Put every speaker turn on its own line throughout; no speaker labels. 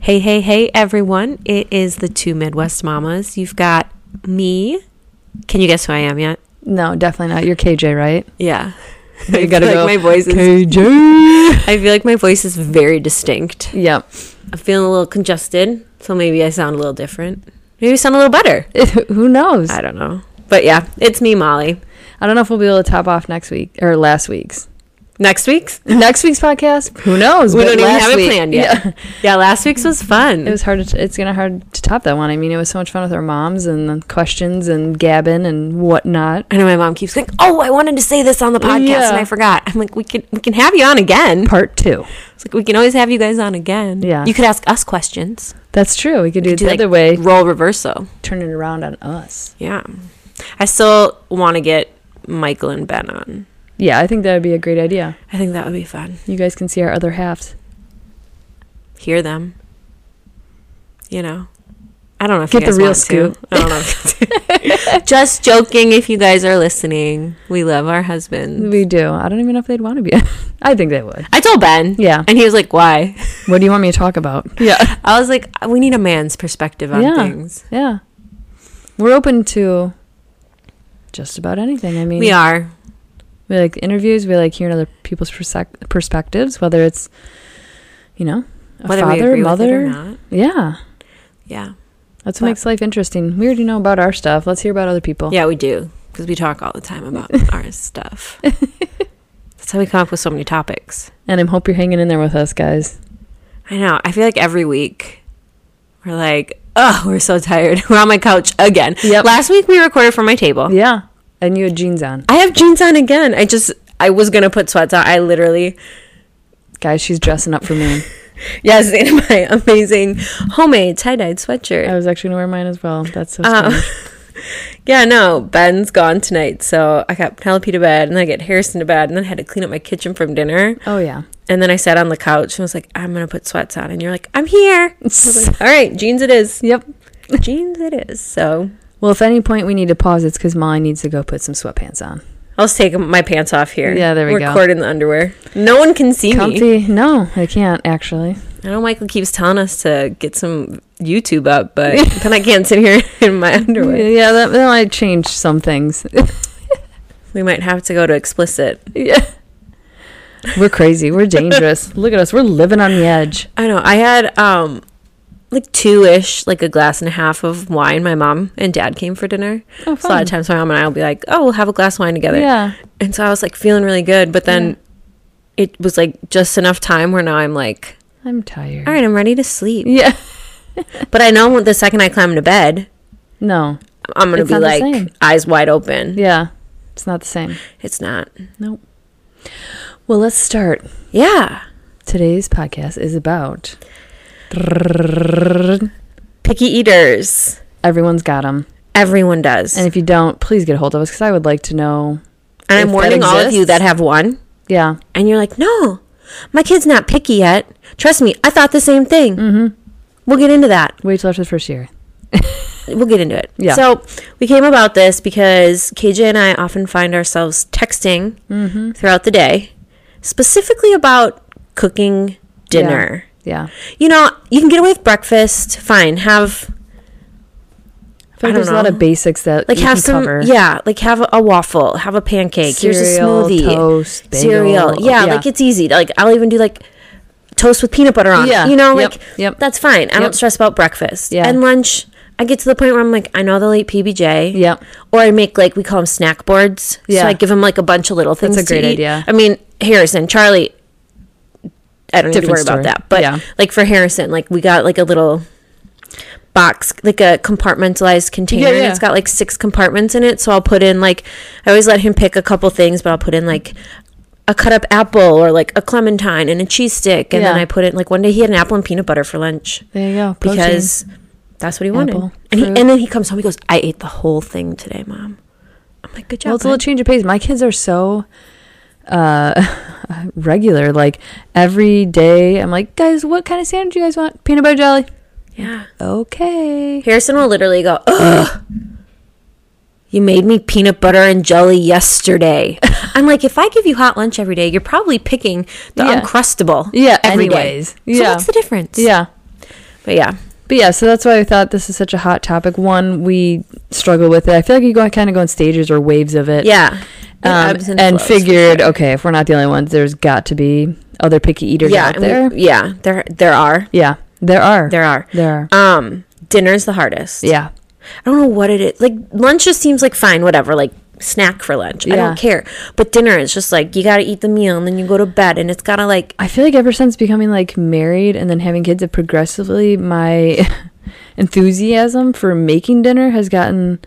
Hey, hey, hey, everyone. It is the two Midwest mamas. You've got me. Can you guess who I am yet?
No, definitely not. You're KJ, right?
Yeah. I
You gotta
feel
go.
like my voice is
KJ.
I feel like my voice is very distinct.
yep.
I'm feeling a little congested, so maybe I sound a little different. Maybe I sound a little better.
Who knows?
I don't know. But yeah, it's me, Molly.
I don't know if we'll be able to top off next week or last week's.
Next week's?
Next week's podcast? Who knows?
We
But
don't even
last
have it
week-
planned yet.
Yeah.
Yeah. last week's was fun.
It was hard. To, it's gonna hard to top that one. I mean, it was so much fun with our moms and the questions and gabbing and whatnot.
I know my mom keeps like, "Oh, I wanted to say this on the podcast
Yeah.
and I forgot." I'm like, "We can we can have you on again."
Part two.
It's like we can always have you guys on again.
Yeah.
you could ask us questions.
That's true. We could do it
Do,
the
like,
other way.
Role reversal.
Turn it around on us.
Yeah, I still want to get Michael and Ben on.
Yeah, I think that would be a great idea.
I think that would be fun.
You guys can see our other halves.
Hear them. You know, I don't know if
Get
you
the
guys
real
want to.
scoop.
I don't know. if you do. Just joking. If you guys are listening, we love our husbands.
We do. I don't even know if they'd want to be. I think they would.
I told Ben.
Yeah.
and he was like, "Why?"
What do you want me to talk about? Yeah.
I was like, "We need a man's perspective on
Yeah.
things."
Yeah. We're open to just about anything. I mean,
We are.
we like interviews, we like hearing other people's persec- perspectives, whether it's, you know, a
Whether we
father,
agree with it
mother.
or not.
Yeah.
Yeah.
That's what
But-
makes life interesting. We already know about our stuff. Let's hear about other people.
Yeah, we do because we talk all the time about our stuff. That's how we come up with so many topics.
And I hope you're hanging in there with us, guys.
I know. I feel like every week we're like, oh, we're so tired. We're on my couch again.
Yep.
Last week we recorded from my table.
Yeah. And you had jeans on.
I have jeans on again. I just, I was going to put sweats on. I literally,
Guys, she's dressing up for me.
yes, in my amazing homemade tie dyed sweatshirt.
I was actually going to wear mine as well. That's so
Um,
strange.
yeah, no, Ben's gone tonight. So I got Penelope to bed and then I get Harrison to bed and then I had to clean up my kitchen from dinner.
oh, yeah.
And then I sat on the couch and was like, I'm going to put sweats on. And you're like, I'm here. I was like, All right, jeans it is.
Yep.
Jeans it is. So
Well, if at any point we need to pause, it's because Molly needs to go put some sweatpants on.
I'll just take my pants off here.
Yeah, there we
Record
go.
Record in the underwear. No one can see me.
Comfy? No, I can't actually.
I know Michael keeps telling us to get some YouTube up, but then I can't sit here in my underwear.
Mm, Yeah, that, that might change some things.
We might have to go to explicit.
yeah. We're crazy. We're dangerous. Look at us. We're living on the edge.
I know. I had um like two ish, like a glass and a half of wine. My mom and dad came for dinner.
Oh,
So a lot of times my mom and I will be like, oh, we'll have a glass of wine together.
Yeah.
And so I was like feeling really good, but then
Yeah.
it was like just enough time where now I'm like,
I'm tired.
all right, I'm ready to sleep.
Yeah.
But I know the second I climb into bed,
No.
I'm going
It's
to be
not the
like
same.
eyes wide open.
Yeah. It's not the same.
It's not.
Nope. Well, let's start.
Yeah.
Today's podcast is about
Picky eaters.
everyone's got them.
Everyone does.
And
And,
if you don't, please get a hold of us because I would like to know. if
I'm
that
warning all of you
exists-
that have one.
Yeah.
And you're like, no, my kid's not picky yet. Trust me, I thought the same thing.
Mm.
Mm-hmm. We'll get into that.
Wait till after the first year.
We'll get into it.
Yeah.
So we came about this because KJ and I often find ourselves texting
Mm-hmm.
throughout the day, specifically about cooking dinner.
Yeah.
You know, you can get away with breakfast. Fine, have
I
I
feel like
don't
there's a lot
know.
of basics that
like
you
have
can
some
cover.
yeah, like have a, a waffle, have a pancake. Here's a
Cereal,
smoothie,
toast, bagel, uh,
cereal. Yeah,
yeah.
like it's easy. Like I'll even do like toast with peanut butter on. it.
Yeah,
you know,
yep,
like
yep.
that's fine. I
Yep.
don't stress about breakfast.
Yeah.
and lunch. I get to the point where I'm like, I know they'll eat PBJ.
Yep.
Or I make like we call them snack boards.
Yeah.
So I give them like a bunch of little things.
a
to
great
eat.
idea.
I mean, Harrison, Charlie. I don't need to
Different
worry about
story.
that. But
Yeah.
like for Harrison, like we got like a little box, like a compartmentalized container. and
yeah.
it's got like six compartments in it. So I'll put in like I always let him pick a couple things, but I'll put in like a cut up apple or like a clementine and a cheese stick. And then
Yeah.
I put in like one day he had an apple and peanut butter for lunch
There you go. Protein.
because that's what he wanted.
Apple,
and he,
fruit.
and then he comes home. He goes, "I ate the whole thing today, mom." I'm like, "Good job."
well, it's a little
bud."
change of pace. My kids are so uh, regular. Like every day, I'm like, guys, what kind of sandwich you guys want? Peanut butter jelly.
yeah.
Okay.
Harrison will literally go, "Ugh, you made me peanut butter and jelly yesterday." I'm like, if I give you hot lunch every day, you're probably picking the
Yeah.
uncrustable.
Yeah.
every day.
anyways.
So
Yeah.
what's the difference?
yeah.
But But yeah.
But yeah, so that's why I thought this is such a hot topic. One, we struggle with it. I feel like you go kind of go in stages or waves of it.
Yeah. It
Um,
ebbs
and
flows, for
figured,
sure.
okay, if we're not the only ones, there's got to be other picky eaters
yeah,
out
and we-
there.
yeah, there there are.
yeah, there are.
There are.
There are.
Um dinner's the hardest.
Yeah.
I don't know what it is. Like lunch just seems like fine, whatever, like snack for lunch. I
Yeah.
don't care. But dinner is just like you gotta eat the meal and then you go to bed and it's gotta like
I feel like ever since becoming like married and then having kids, it progressively my enthusiasm for making dinner has gotten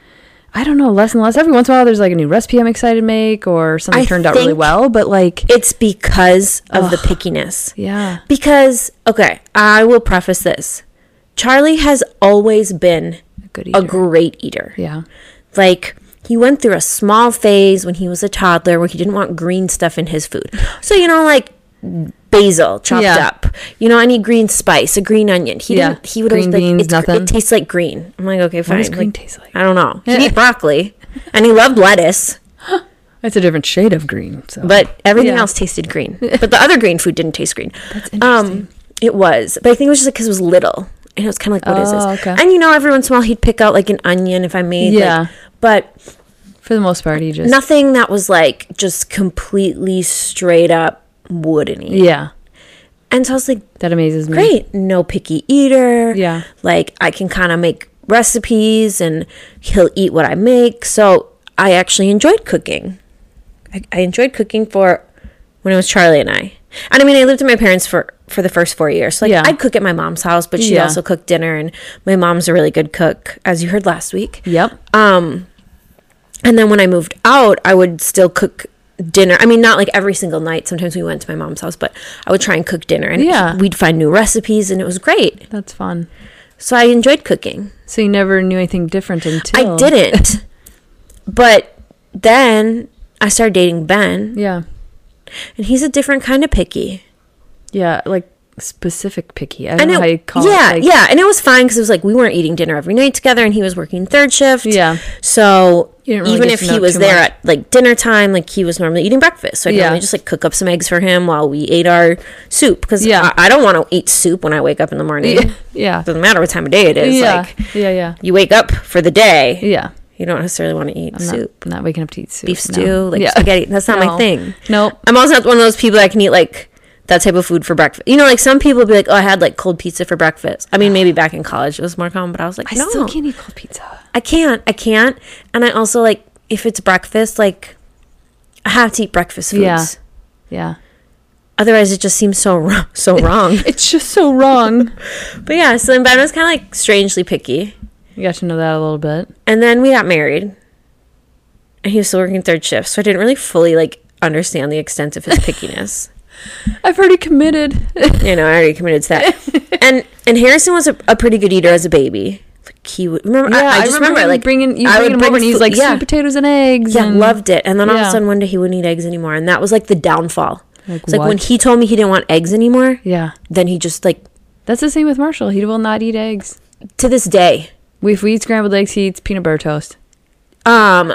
I don't know, less and less. Every once in a while there's like a new recipe I'm excited to make or something
I
turned out really
think-
well, but like
it's because of the pickiness.
yeah.
Because okay, I will preface this. Charlie has always been
A good
a
eater.
great eater.
yeah.
Like he went through a small phase when he was a toddler where he didn't want green stuff in his food. So you know, like basil chopped
Yeah.
up. You know, any green spice, a green onion. He
Yeah.
didn't. He would
Green
always be like,
beans,
it's, gr-
nothing.
It tastes like green. I'm like, okay, fine.
does green
like, uh,
taste like?
I don't know. He ate broccoli, and he loved lettuce,
It's a different shade of green. So
but everything
Yeah.
else tasted green. But the other green food didn't taste green.
That's interesting.
Um, it was, but I think it was just because it was little, and it was kind of like, what is
Oh,
this?
okay.
And you know, every once in a while he'd pick out like an onion if I made,
Yeah.
Like, but
for the most part he just
nothing that was like just completely straight up wouldn't eat.
Yeah.
And so I was like,
That amazes me.
great, no picky eater.
Yeah.
Like I can kind of make recipes and he'll eat what I make. So I actually enjoyed cooking. I, I enjoyed cooking for when it was Charlie and I. And I mean, I lived at my parents for for the first four years. So like,
Yeah.
I'd cook at my mom's house, but she
Yeah.
also cooked dinner. And my mom's a really good cook, as you heard last week.
Yep.
Um, And then when I moved out, I would still cook dinner. I mean, not like every single night. Sometimes we went to my mom's house, but I would try and cook dinner and
Yeah.
we'd find new recipes and it was great.
That's fun.
So I enjoyed cooking.
So you never knew anything different until
I didn't. but then I started dating Ben
Yeah.
and he's a different kind of picky.
Yeah. Like specific picky. I don't know how you call
yeah,
it. Like,
yeah. And it was fine because it was like we weren't eating dinner every night together and he was working third shift.
Yeah.
So
You didn't really
even
get
if
to
he
know
was
too
there
much.
at like dinner time, like he was normally eating breakfast. So I
Yeah.
normally just like cook up some eggs for him while we ate our soup because
Yeah.
I, I don't want to eat soup when I wake up in the morning.
Yeah.
Doesn't matter what time of day it is.
yeah.
Like
yeah, yeah,
you wake up for the day.
yeah.
You don't necessarily want to eat
I'm not-
soup,
I'm Not, waking up to eat soup.
beef
no.
stew, like
Yeah.
spaghetti. That's not my
No.
thing.
Nope.
I'm also not one of those people that can eat like that type of food for breakfast. You know, like some people be like, "Oh, I had like cold pizza for breakfast." I mean, maybe back in college it was more common, but I was like,
I
"No,
still can't eat cold pizza.
I can't. I can't." And I also like if it's breakfast, like I have to eat breakfast foods.
Yeah. Yeah.
Otherwise, it just seems so wrong, so wrong.
It's just so wrong.
but yeah, so then Ben was kind of like strangely picky,
you got to know that a little bit.
and then we got married, and he was still working third shift, so I didn't really fully like understand the extent of his pickiness.
I've already committed.
you know, I already committed to that. and and Harrison was a, a pretty good eater as a baby. Like he would remember. I- I, just remember,
him
like
bringing you
I
bringing
would
him
bring
over, and he's
food-
like
yeah.
sweet potatoes and eggs.
yeah,
and
loved it. And then all of
Yeah.
a sudden one day he wouldn't eat eggs anymore, and that was like the downfall.
Like
It's like when
what?
he told me he didn't want eggs anymore,
Yeah,
then he just like
that's the same with Marshall. He will not eat eggs.
to this day.
We, if we eat scrambled eggs, he eats peanut butter toast.
Um,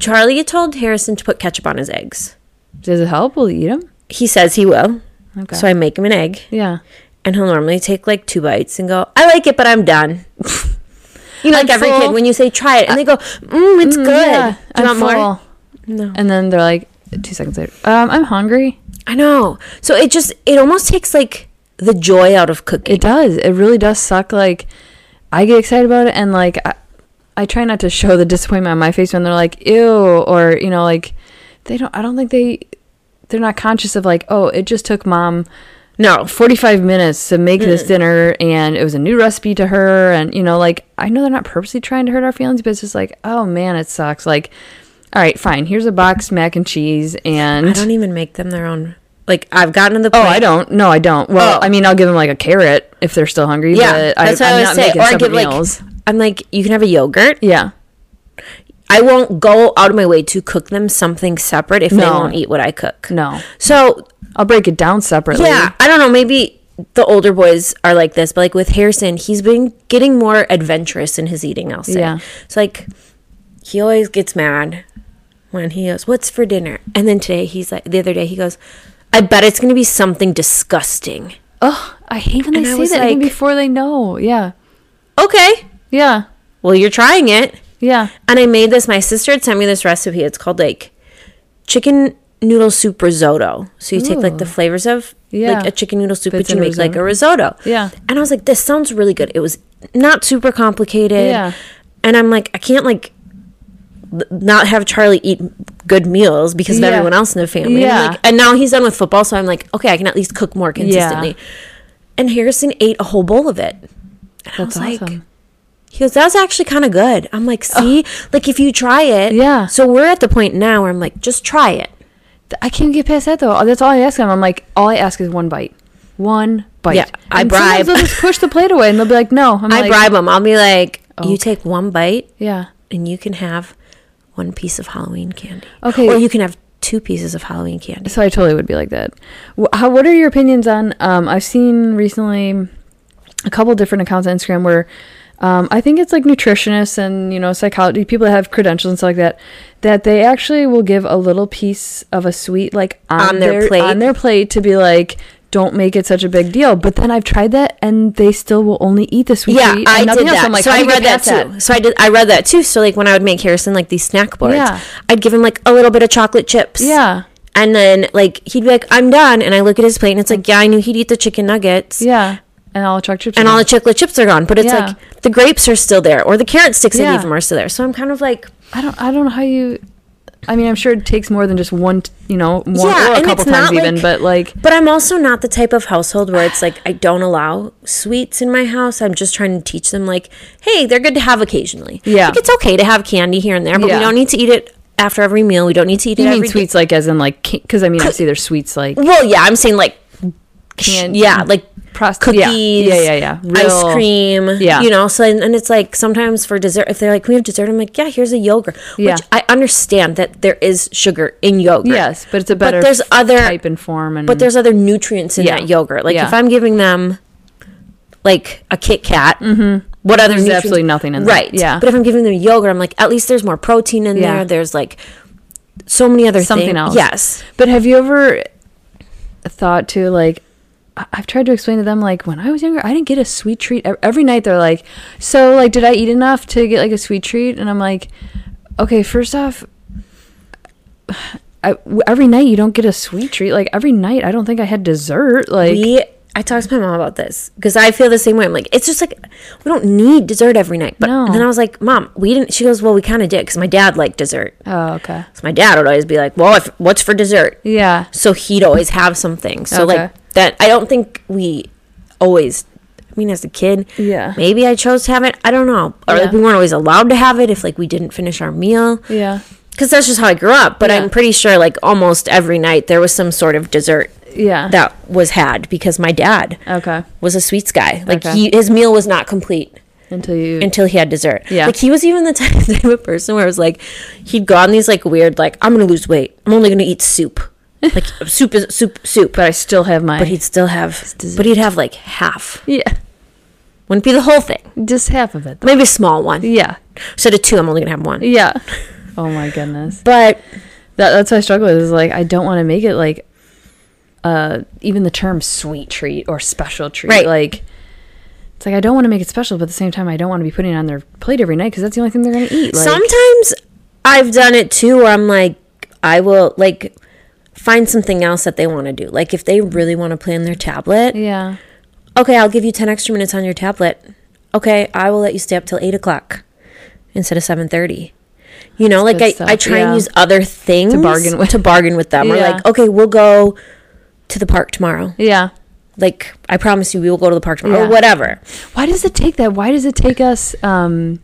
Charlie told Harrison to put ketchup on his eggs.
Does it help? Will he eat them?
He says he will.
Okay.
So I make him an egg,
yeah.
and he'll normally take like two bites and go, "I like it, but I'm done." You know, like
I'm
every
full. Mm,
kid when you say try it, and they go, "Mmm, it's good."
Yeah,
Do you
I'm
want more?
full.
No.
And then they're like, two seconds later, um, I'm hungry.
I know. So it just it almost takes like the joy out of cooking.
It does. It really does suck. Like, I get excited about it, and like, I, I try not to show the disappointment on my face when they're like, ew, or, you know, like, they don't, I don't think they, they're not conscious of like, oh, it just took mom
no.
45 minutes to make
Mm.
this dinner, and it was a new recipe to her. And, you know, like, I know they're not purposely trying to hurt our feelings, but it's just like, oh man, it sucks. Like, all right, fine. Here's a box mac and cheese, and
I don't even make them their own. Like I've gotten to the
Oh,
point.
I don't. No, I don't.
Oh.
Well, I mean, I'll give them like a carrot if they're still hungry.
Yeah,
but
that's what
I, I'm
I
not
would say.
making
Or I
separate
give like
meals.
I'm like you can have a yogurt.
yeah,
I won't go out of my way to cook them something separate if they
No.
won't eat what I cook.
no,
So
I'll break it down separately.
yeah, I don't know. Maybe the older boys are like this, but like with Harrison, he's been getting more adventurous in his eating. I'll say.
Yeah.
So like, he always gets mad when he goes, "What's for dinner?" And then today he's like, the other day he goes, "I bet it's gonna be something disgusting."
Oh, I hate when they
And I
say
was
that even
like-
before they know. Yeah.
Okay.
Yeah.
Well, you're trying it.
Yeah.
And I made this. My sister had sent me this recipe. It's called like chicken noodle soup risotto. So you take like the flavors of
Yeah.
like a chicken noodle soup,
Bits
but you
in
make like a risotto.
Yeah.
And I was like, this sounds really good. It was not super complicated.
Yeah.
And I'm like, I can't like l- not have Charlie eat good meals because
Yeah.
of everyone else in the family. I'm
Yeah.
like- and now he's done with football, so I'm like, okay, I can at least cook more consistently. And Harrison ate a whole bowl of it. And I was
That's awesome.
like, he goes, that was actually kind of good. I'm like, see, like if you try it.
Yeah.
So we're at the point now where I'm like, just try it.
Th- I can't get past that though. That's all I ask them. I'm like, all I ask is one bite. One bite.
Yeah, I
And sometimes
bribe.
They'll just push the plate away and they'll be like, no. I'm
I
like, Oh.
bribe him. I'll be like,
Okay.
you take one bite
Yeah.
and you can have one piece of Halloween candy.
Okay.
Or you can have two pieces of Halloween candy.
So I totally would be like that. Wh- How, what are your opinions on? Um, I've seen recently a couple different accounts on Instagram where um, I think it's like nutritionists and you know psychology people that have credentials and stuff like that that they actually will give a little piece of a sweet like on,
On their plate.
on their plate to be like. Don't make it such a big deal. But then I've tried that, and they still will only eat the sweet
Yeah,
treat. and
I
nothing
did
else.
that.
I'm like,
so
how do
I
you get
read that
past
too. So I did. I read that too. So like when I would make Harrison like these snack boards,
Yeah.
I'd give him like a little bit of chocolate chips.
Yeah,
And then like he'd be like, "I'm done," and I look at his plate and it's like, "Yeah, I knew he'd eat the chicken nuggets."
yeah, and all the chocolate chips.
and
are
all
gone.
the chocolate chips are gone. But it's
Yeah.
like the grapes are still there, or the carrot sticks I
Yeah.
gave him are still there. So I'm kind of like,
I don't. I don't know how you. I mean, I'm sure it takes more than just one. t- You know, one
Yeah,
or a
and
couple
it's not
times even.
like-
But like,
but I'm also not the type of household where it's like I don't allow sweets in my house. I'm just trying to teach them like, hey, they're good to have occasionally.
Yeah.
like it's okay to have candy here and there, but
Yeah.
we don't need to eat it after every meal. We don't need to eat
you
it
mean
every day.
sweets like as in like because I mean I see there's sweets like
Well, yeah, I'm saying like,
Can-
yeah, like
prost-
cookies,
yeah, yeah, yeah, yeah. Real-
ice cream,
Yeah.
you know. So and, and it's like sometimes for dessert, if they're like, "Can we have dessert?" I'm like, "Yeah, here's a yogurt."
Yeah.
Which I understand that there is sugar in yogurt.
yes, but it's a better
but there's other
type and form and
but there's other nutrients in
Yeah.
that yogurt. Like
Yeah.
if I'm giving them like a Kit Kat, what other
Mm-hmm. There's
nutrients?
absolutely nothing in there.
right?
Yeah.
But if I'm giving them yogurt, I'm like, at least there's more protein in
Yeah.
there. There's like so many other
Something
thing-
else.
Yes.
But have you ever thought to like? I- I've tried to explain to them like when I was younger, I didn't get a sweet treat ev- every night. They're like, "So like, did I eat enough to get like a sweet treat?" And I'm like, "Okay, first off." I, w- every night you don't get a sweet treat. Like every night, I don't think I had dessert. Like
we I talked to my mom about this because I feel the same way. I'm like, it's just like we don't need dessert every night. But
No.
then I was like, Mom, we didn't. She goes, Well, we kind of did because my dad liked dessert.
Oh, okay.
So my dad would always be like, Well, if, what's for dessert?
Yeah.
So he'd always have something. So
Okay.
like that, I don't think we always. I mean, as a kid,
Yeah.
maybe I chose to have it. I don't know, or
Yeah.
like we weren't always allowed to have it if like we didn't finish our meal.
Yeah.
Because that's just how I grew up. But
Yeah.
I'm pretty sure like almost every night there was some sort of dessert
Yeah.
that was had because my dad
okay.
was a sweets guy. Like
Okay.
he, his meal was not complete
Until you.
until he had dessert.
Yeah.
Like he was even the type, type of person where it was like he'd go on these like weird like I'm gonna lose weight. I'm only gonna eat soup. Like soup is soup soup.
but I still have my.
But he'd still have
dessert.
but he'd have like half.
yeah.
Wouldn't be the whole thing.
Just half of it.
Maybe a small one.
Yeah.
So to two I'm only gonna have one.
Yeah. Oh my goodness.
But
That, that's what I struggle with. Is like I don't want to make it like, uh, even the term sweet treat or special treat.
Right.
Like, it's like I don't want to make it special, but at the same time, I don't want to be putting it on their plate every night because that's the only thing they're gonna eat. Like,
sometimes I've done it too where I'm like I will like find something else that they want to do. Like if they really want to play on their tablet,
yeah.
okay, I'll give you 10 extra minutes on your tablet. Okay, I will let you stay up till 8 o'clock instead of 7.30. You know, like
good
I,
stuff,
I try
yeah.
and use other things
bargain with.
to bargain with them. Or
Yeah.
like, okay, we'll go to the park tomorrow.
Yeah.
Like, I promise you we will go to the park tomorrow
Yeah.
or whatever.
why does it take that? Why does it take us, um,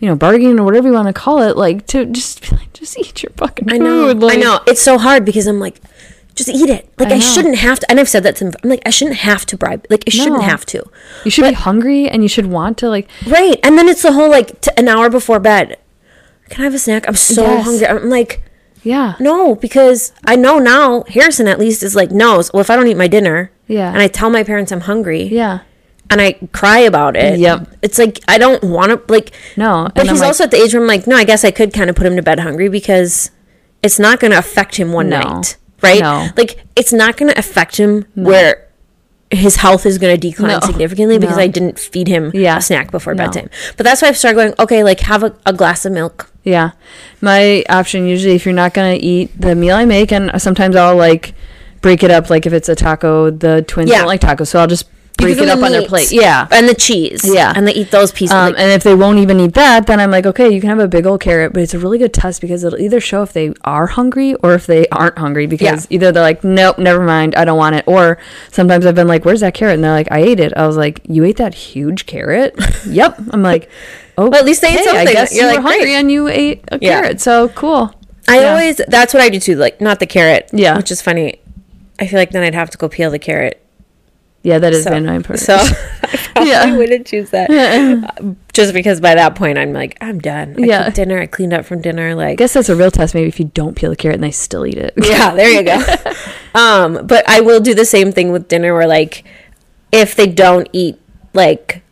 you know, bargaining or whatever you want to call it, like to just be like, just eat your fucking
I know.
food. Like,
I know. It's so hard because I'm like, just eat it. Like,
I
I,
know.
shouldn't have to. And I've said that to them. I'm like, I shouldn't have to bribe. Like, I
No.
shouldn't have to.
You should be hungry and you should want to like.
Right. And then it's the whole like t- an hour before bed. Can I have a snack? I'm so
Yes.
hungry. I'm like,
Yeah.
No, because I know now Harrison at least is like, no. Well, if I don't eat my dinner,
Yeah.
and I tell my parents I'm hungry,
Yeah.
and I cry about it.
Yep.
It's like I don't want to like.
No,
But
and I'm
he's
like-
also at the age where I'm like, no, I guess I could kind of put him to bed hungry because it's not going to affect him one
No.
night, right?
No.
Like it's not going to affect him where his health is going to decline
No.
significantly because
No.
I didn't feed him
Yeah.
a snack before
No.
bedtime. But that's why I've started going, okay, like have a, a glass of milk.
Yeah. My option usually if you're not going to eat the meal I make and sometimes I'll like break it up like if it's a taco, the twins
Yeah.
don't like tacos, so I'll just
You
break
give
it up
them
on their
meat
plate. Yeah.
And the cheese.
Yeah.
And they eat those pieces.
Um,
like-
and if they won't even eat that, then I'm like, okay, you can have a big old carrot, but it's a really good test because it'll either show if they are hungry or if they aren't hungry because either they're like, nope, never mind, I don't want it. Or sometimes I've been like, where's that carrot? And they're like, I ate it. I was like, you ate that huge carrot? yep. I'm like, oh,
Well, at least they ate
I
something.
guess
You're
you
like,
were hungry
great.
and you ate a
Yeah.
carrot. So cool.
I
yeah.
always, that's what I do too. Like, not the carrot.
Yeah.
Which is funny. I feel like then I'd have to go peel the carrot.
Yeah, that is
So,
been my important.
so I probably
Yeah.
wouldn't choose that. Uh, Just because by that point, I'm like, I'm done. I
Yeah.
cooked dinner. I cleaned up from dinner. Like,
I guess that's a real test. Maybe if you don't peel the carrot and they still eat it.
yeah there you go um but i will do the same thing with dinner where like if they don't eat like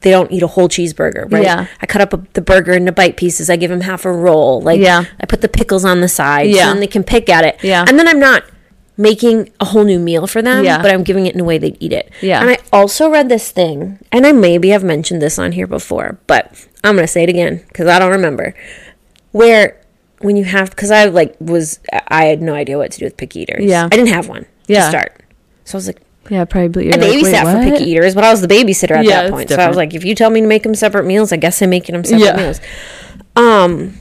they don't eat a whole cheeseburger right
Yeah.
i cut up a, the burger into bite pieces i give them half a roll like
Yeah.
i put the pickles on the side
Yeah.
so then they can pick at it
Yeah.
and then i'm not making a whole new meal for them
Yeah.
but i'm giving it in a way they'd eat it
Yeah.
and i also read this thing and i maybe have mentioned this on here before but i'm gonna say it again because i don't remember where when you have because I like was I had no idea what to do with picky eaters.
Yeah.
I didn't have one
Yeah.
to start, so I was like
yeah, probably. You're
I
like, "Wait,
babysat for
what?"
picky eaters, but I was the babysitter at
Yeah,
that
it's
point. So I was
different.
like, if you tell me to make them separate meals, I guess I'm making them separate
Yeah.
meals. Um,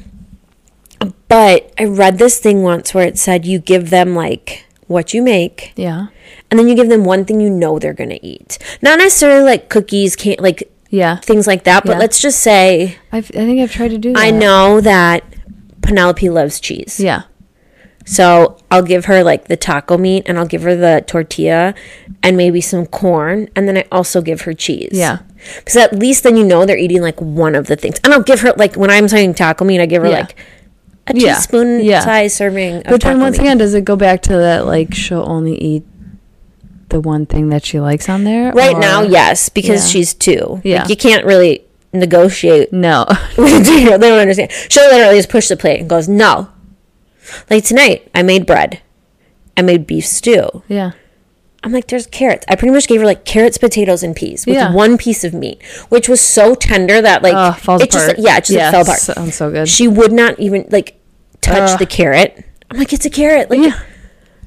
but I read this thing once where it said you give them like what you make
Yeah.
and then you give them one thing you know they're gonna eat not necessarily like cookies can't like
Yeah.
things like that but
Yeah.
let's just say
I've, I think I've tried to do that.
i know that penelope loves cheese
Yeah.
So I'll give her like the taco meat and I'll give her the tortilla and maybe some corn. And then I also give her cheese.
Yeah.
Because at least then you know they're eating like one of the things. And I'll give her like when I'm saying taco meat, I give her
Yeah.
like a
Yeah.
teaspoon
Yeah.
size serving of
But
taco
then once
meat.
again, does it go back to that like she'll only eat the one thing that she likes on there?
right
or-
now, yes, because
Yeah.
she's two.
Yeah.
Like, you can't really negotiate.
No.
they don't understand. She'll literally just push the plate and goes, no. Like tonight, I made bread. I made beef stew.
yeah.
I'm like, there's carrots. I pretty much gave her like carrots, potatoes, and peas with
Yeah.
one piece of meat, which was so tender that like
Oh, falls
it
apart.
just yeah, it just like,
Yeah,
fell apart.
sounds so good.
She would not even like touch the carrot. I'm like, it's a carrot. Like,
Yeah.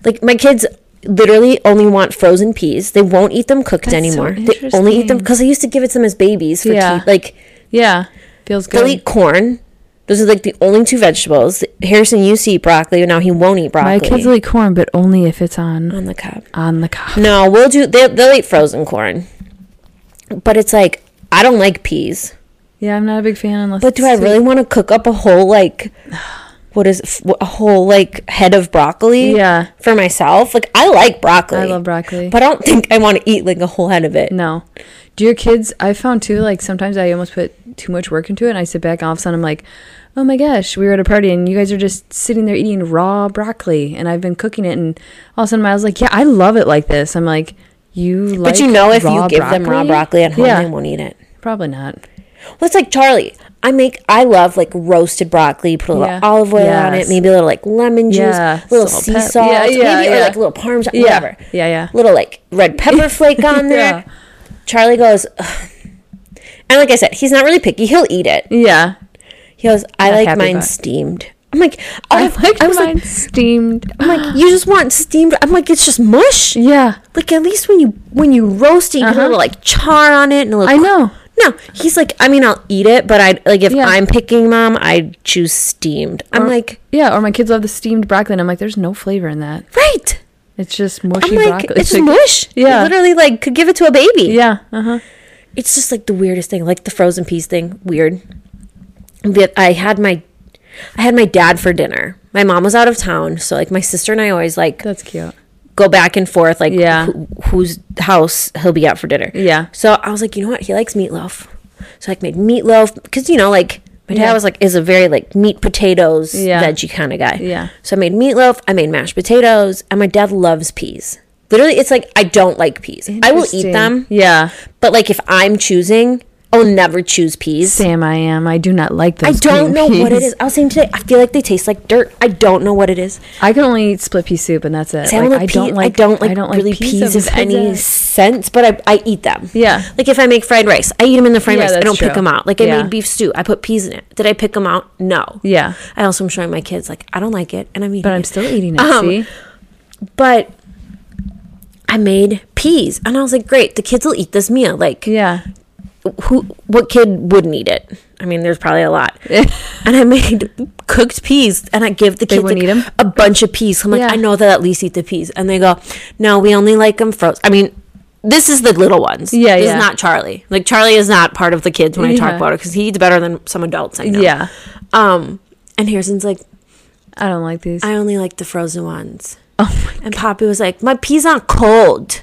like my kids literally only want frozen peas. They won't eat them cooked
That's so
anymore. they only eat them
interesting.
because I used to give it to them as babies for
Yeah.
tea. Like
Yeah. Feels good.
they'll eat corn. Those are like the only two vegetables. Harrison used to eat broccoli, and now he won't eat
My
broccoli.
kids will eat corn, but only if it's on
on the cob.
on the cob.
No, we'll do. They, they'll eat frozen corn, but it's like I don't like peas.
Yeah, I'm not a big fan unless.
But do I
it's
really want to cook up a whole like what is f- a whole like head of broccoli?
Yeah.
for myself. Like I like broccoli.
I love broccoli.
but I don't think I want to eat like a whole head of it.
No. Do your kids? I found too, like, sometimes I almost put too much work into it, and I sit back, and all of a sudden I'm like, oh my gosh, we were at a party, and you guys are just sitting there eating raw broccoli, and I've been cooking it, and all of a sudden I was like, yeah, I love it like this. I'm like, you like
but you know, if you
raw
give them raw broccoli at home,
yeah,
they won't eat it.
probably not.
Well, it's like Charlie. I make I love like roasted broccoli. Put a little
Yeah.
olive oil on it,
Yes.
maybe a little like lemon juice,
Yeah,
little
salt,
sea
pep-
salt,
yeah, yeah,
maybe or
yeah.
like a little parmesan,
Yeah,
whatever.
yeah, yeah.
Little like red pepper flake on there. Charlie goes, Ugh. and like I said, he's not really picky. He'll eat it.
Yeah,
He goes, I
Not
like
happy
mine
about it.
steamed. I'm like,
I
I,
like
I was
mine
like,
steamed.
I'm like, you just want steamed. I'm like, it's just mush.
yeah,
Like at least when you when you roast it, you put a
Uh-huh.
little like char on it and a little.
I know.
No, he's like, I mean, I'll eat it, but I like if
Yeah.
I'm picking mom, I choose steamed. I'm like,
Yeah, or my kids love the steamed broccoli, and I'm like, there's no flavor in that.
right.
It's just mushy
I'm like,
broccoli.
it's just mush. Yeah,
Yeah.
literally, like could give it to a baby.
yeah, uh huh.
it's just like the weirdest thing like the frozen peas thing weird but i had my i had my dad for dinner my mom was out of town so like my sister and i always like
That's cute.
go back and forth like
Yeah.
who, whose house he'll be at for dinner
Yeah.
so i was like you know what he likes meatloaf so like made meatloaf because you know like my dad
Yeah.
was like is a very like meat potatoes
Yeah.
veggie kind of guy
Yeah.
so i made meatloaf i made mashed potatoes and my dad loves peas literally it's like i don't like peas i will eat
Interesting.
them
Yeah.
but like if I'm choosing, I'll never choose peas.
Sam, I am. I do not like
I
those.
don't
green
know what it
peas.
is. I was saying today, I feel like they taste like dirt. I don't know what it is.
I can only eat split pea soup, and that's it.
See, I, don't
Like,
like pea- I don't like really peas
of
of any
pizzas.
sense, but I, I eat them.
Yeah.
Like if I make fried rice, I eat them in the fried
Yeah,
rice. I
that's
don't pick
true.
them out. Like I
Yeah.
made beef stew, I put peas in it. Did I pick them out? No.
Yeah,
I also am showing my kids like I don't like it, and I'm eating.
but I'm
it.
still eating it.
Um,
see,
But I made peas, and I was like, great, the kids will eat this meal. Like
yeah,
who? What kid wouldn't eat it? I mean, there's probably a lot. and I made cooked peas, and I give the kids
wouldn't
like,
eat 'em?
a bunch of peas. I'm like,
Yeah.
I know they'll at least eat the peas, and they go, no, we only like them frozen. I mean. This is the little ones.
Yeah,
this
yeah.
is not Charlie. Like Charlie is not part of the kids when I talk
Yeah.
about it because he eats better than some adults I know.
yeah.
Um, and Harrison's like,
I don't like these.
I only like the frozen ones.
oh my,
And Poppy was like, "My peas aren't cold."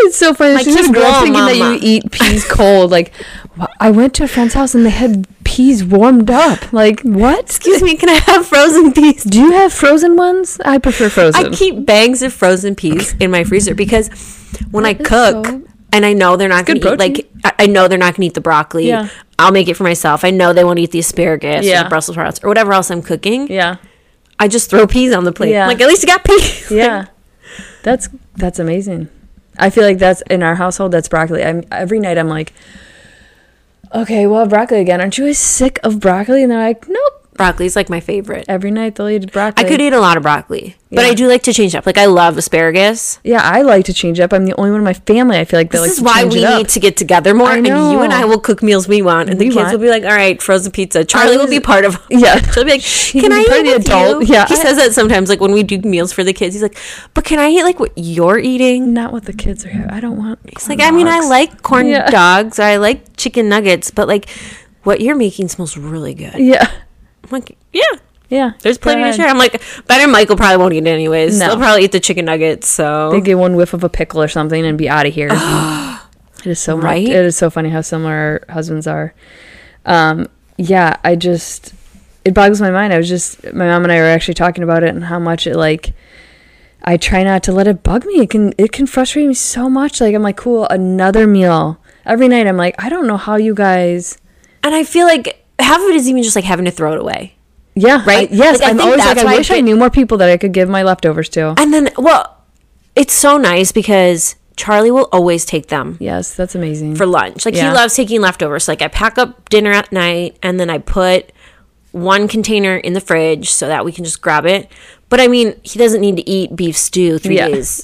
it's so funny.
My
She just
kids
grew
grow
up
'em,
thinking that you
mama.
eat peas cold. Like, wh- I went to a friend's house and they had peas warmed up. Like, what?
Excuse me, can I have frozen peas?
Do you have frozen ones? I prefer frozen.
I keep bags of frozen peas in my freezer because when I
That is
cook
so-
and I know they're not
It's
going
good
to eat like I I know they're not going to eat the broccoli.
Yeah.
I'll make it for myself. I know they won't eat the asparagus or
Yeah.
the Brussels sprouts or whatever else I'm cooking.
yeah,
I just throw peas on the plate.
Yeah.
I'm like at least you got peas.
yeah. That's that's amazing. I feel like that's in our household. That's broccoli. I'm every night. I'm like, okay, we'll have broccoli again. Aren't you guys sick of broccoli? And they're like, nope.
Broccoli's like my favorite.
Every night they'll eat
I
broccoli.
could eat a lot of broccoli, but
Yeah.
I do like to change up. Like I love asparagus.
Yeah, I like to change up. I'm the only one in my family. I feel like that
This is
like to
why
change
we
it up.
need to get together more,
I
and you and
know.
I will cook meals we want, and
We
the kids
want.
will be like, "All right, frozen pizza." Charlie will
was-
be part of.
Yeah.
she'll be like, "Can
can
I
be
eat
part of the
with
adult."
you?"
Yeah,
he
I-
says that sometimes, like when we do meals for the kids. He's like, "But can I eat like what you're eating?"
Not what the kids are. having. I don't want.
It's like, I mean, I like corn
Yeah.
dogs, I like chicken nuggets, but like what you're making smells really good.
Yeah,
I'm like, yeah,
yeah.
there's
Go
plenty to
ahead.
share. I'm like, better Michael probably won't eat it anyways.
No.
They'll probably eat the chicken nuggets. So
They get one whiff of a pickle or something and be out of here. it is so right.
Right?
it is so funny how similar our husbands are. Um, yeah, I just it boggles my mind. I was just my mom and I were actually talking about it and how much it like. I try not to let it bug me. It can it can frustrate me so much. Like I'm like, cool, another meal every night. I'm like, I don't know how you guys.
and I feel like half of it is even just like having to throw it away.
Yeah.
Right?
I, yes,
Like, I
I'm
think
always like,
that's
I
why I
wish I
think-
knew more people that I could give my leftovers to.
And then, well, it's so nice because Charlie will always take them
yes, that's amazing.
for lunch. Like
Yeah.
he loves taking leftovers. So, like I pack up dinner at night and then I put one container in the fridge so that we can just grab it. But I mean, he doesn't need to eat beef stew three
Yeah.
days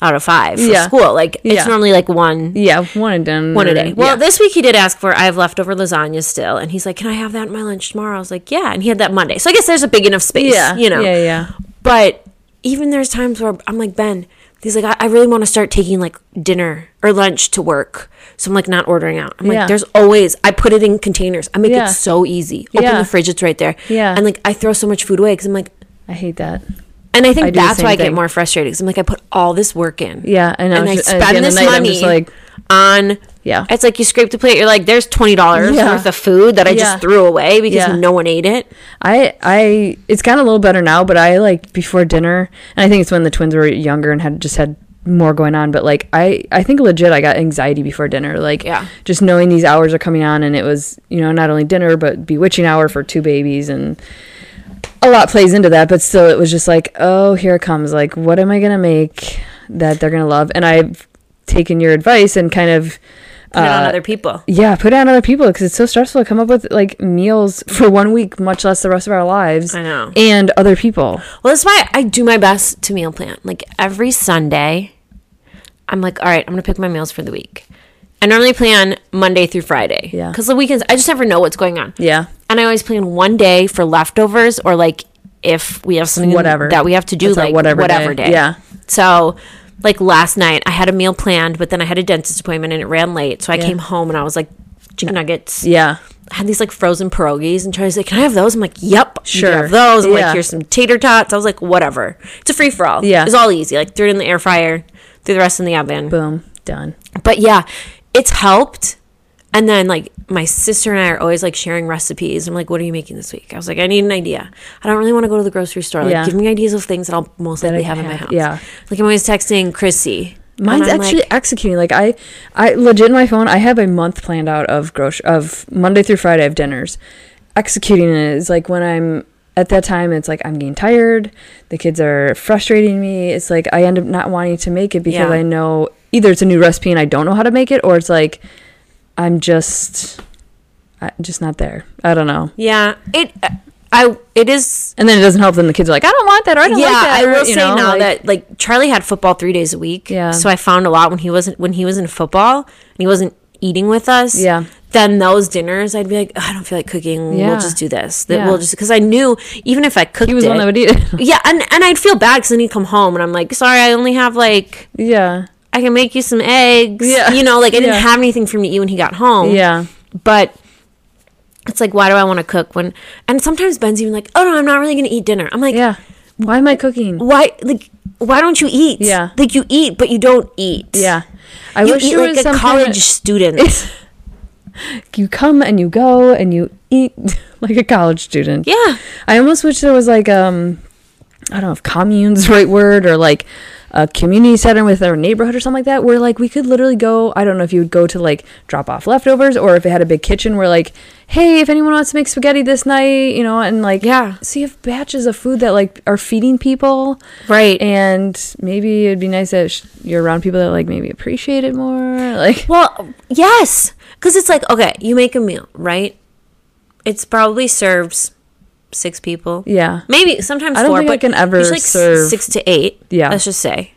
out of five for
Yeah.
school. Like
Yeah.
it's normally like one
yeah, one and done.
one a day. Well,
Well,
this week he did ask for. I have leftover lasagna still, and he's like, "Can I have that in my lunch tomorrow?" I was like, "Yeah," and he had that Monday. So I guess there's a big enough space.
yeah,
you know.
yeah, yeah.
But even there's times where I'm like, Ben, he's like, I, I really want to start taking like dinner or lunch to work. So I'm like, not ordering out. I'm
Yeah.
like, there's always, I put it in containers. I make
Yeah.
it so easy. Open
Yeah.
the fridge, it's right there.
Yeah.
And like, I throw so much food away because I'm like,
I hate that.
and I think
I do the
that's
same
why I get
thing.
more frustrated because I'm like, I put all this work in.
Yeah, I know.
And I
It's just- at the
spend
end of
this
the night, I'm
money
just like,
on,
yeah,
it's like you scrape the plate, you're like, there's $20
Yeah.
worth of food that I
Yeah.
just threw away because
Yeah.
no one ate it.
I, I, it's gotten a little better now, but I like before dinner, and I think it's when the twins were younger and had just had more going on. But like, I, I think legit, I got anxiety before dinner. Like,
Yeah.
just knowing these hours are coming on, and it was, you know, not only dinner but bewitching hour for two babies, and a lot plays into that. But still, it was just like, oh, here it comes. Like, what am I gonna make that they're gonna love? And I've taken your advice and kind of.
Put it on
uh,
other people.
Yeah, put it on other people because it's so stressful to come up with like meals for one week, much less the rest of our lives.
I know.
And other people.
Well, that's why I do my best to meal plan. Like every Sunday, I'm like, all right, I'm gonna pick my meals for the week. I normally plan Monday through Friday.
Yeah.
Because the weekends, I just never know what's going on.
Yeah.
And I always plan one day for leftovers or like if we have something
Whatever.
that we have to do,
That's our
like
whatever
whatever,
day.
day.
Yeah.
So, like last night, I had a meal planned, but then I had a dentist appointment and it ran late. So I
Yeah.
came home and I was like, chicken nuggets.
Yeah.
I had these like frozen pierogies, and Charlie's like, "Can I have those?" I'm like, "Yep, sure,
Sure.
have those." I'm
Yeah.
like, "Here's some tater tots." I was like, "Whatever, it's a free for all."
Yeah.
it's all easy. Like threw it in the air fryer, threw the rest in the oven. But,
Boom. Done.
yeah, it's helped. And then like my sister and I are always like sharing recipes. I'm like, "What are you making this week?" I was like, "I need an idea. I don't really want to go to the grocery store. Like,
Yeah.
give me ideas of things that I'll most
I
likely
can
have in my
have.
house."
Yeah.
like I'm always texting Chrissy.
Mine's
I'm
actually
like-
executing. Like I, I legit my phone. I have a month planned out of gross of Monday through Friday of dinners. Executing it is like when I'm at that time. It's like I'm getting tired. The kids are frustrating me. It's like I end up not wanting to make it because
Yeah.
I know either it's a new recipe and I don't know how to make it, or it's like I'm just, I, just not there. I don't know.
Yeah, it. I. It is.
And then it doesn't help. Then the kids are like, I don't want that, or I
Yeah,
don't like that.
I
or,
will
you
say
know,
now
like-
that like Charlie had football three days a week.
Yeah.
So I found a lot when he wasn't when he was in football and he wasn't eating with us.
Yeah.
Then those dinners, I'd be like, "Ugh, I don't feel like cooking.
Yeah.
We'll just do this. That
Yeah.
we'll just because I knew even if I cooked,
he was
it,
the one that would eat it.
yeah, and and I'd feel bad because then he'd come home and I'm like, sorry, I only have like
yeah,
I can make you some eggs.
Yeah.
You know, like I didn't
Yeah.
have anything for him to eat when he got home.
yeah.
But it's like, why do I want to cook when? And sometimes Ben's even like, oh no, I'm not really gonna eat dinner. I'm like,
Yeah. Why am I cooking?
why like why don't you eat?
Yeah.
Like you eat, but you don't eat.
Yeah. I
You
wish
eat
there
like
was
a
some
college
Kind
student.
of- you come and you go and you eat like a college student.
yeah.
I almost wish there was like um I don't know if commune's the right word or like a community center with our neighborhood or something like that where like we could literally go I don't know if you would go to like drop off leftovers or if it had a big kitchen where like hey if anyone wants to make spaghetti this night you know and like
Yeah.
so you have batches of food that like are feeding people
Right.
and maybe it'd be nice that sh- you're around people that like maybe appreciate it more like
Well, yes, because it's like okay, you make a meal, right? It's probably serves six people.
yeah
Maybe sometimes
I don't
four,
think I
but
can ever
usually s-
serve-
six to eight.
Yeah.
let's just say.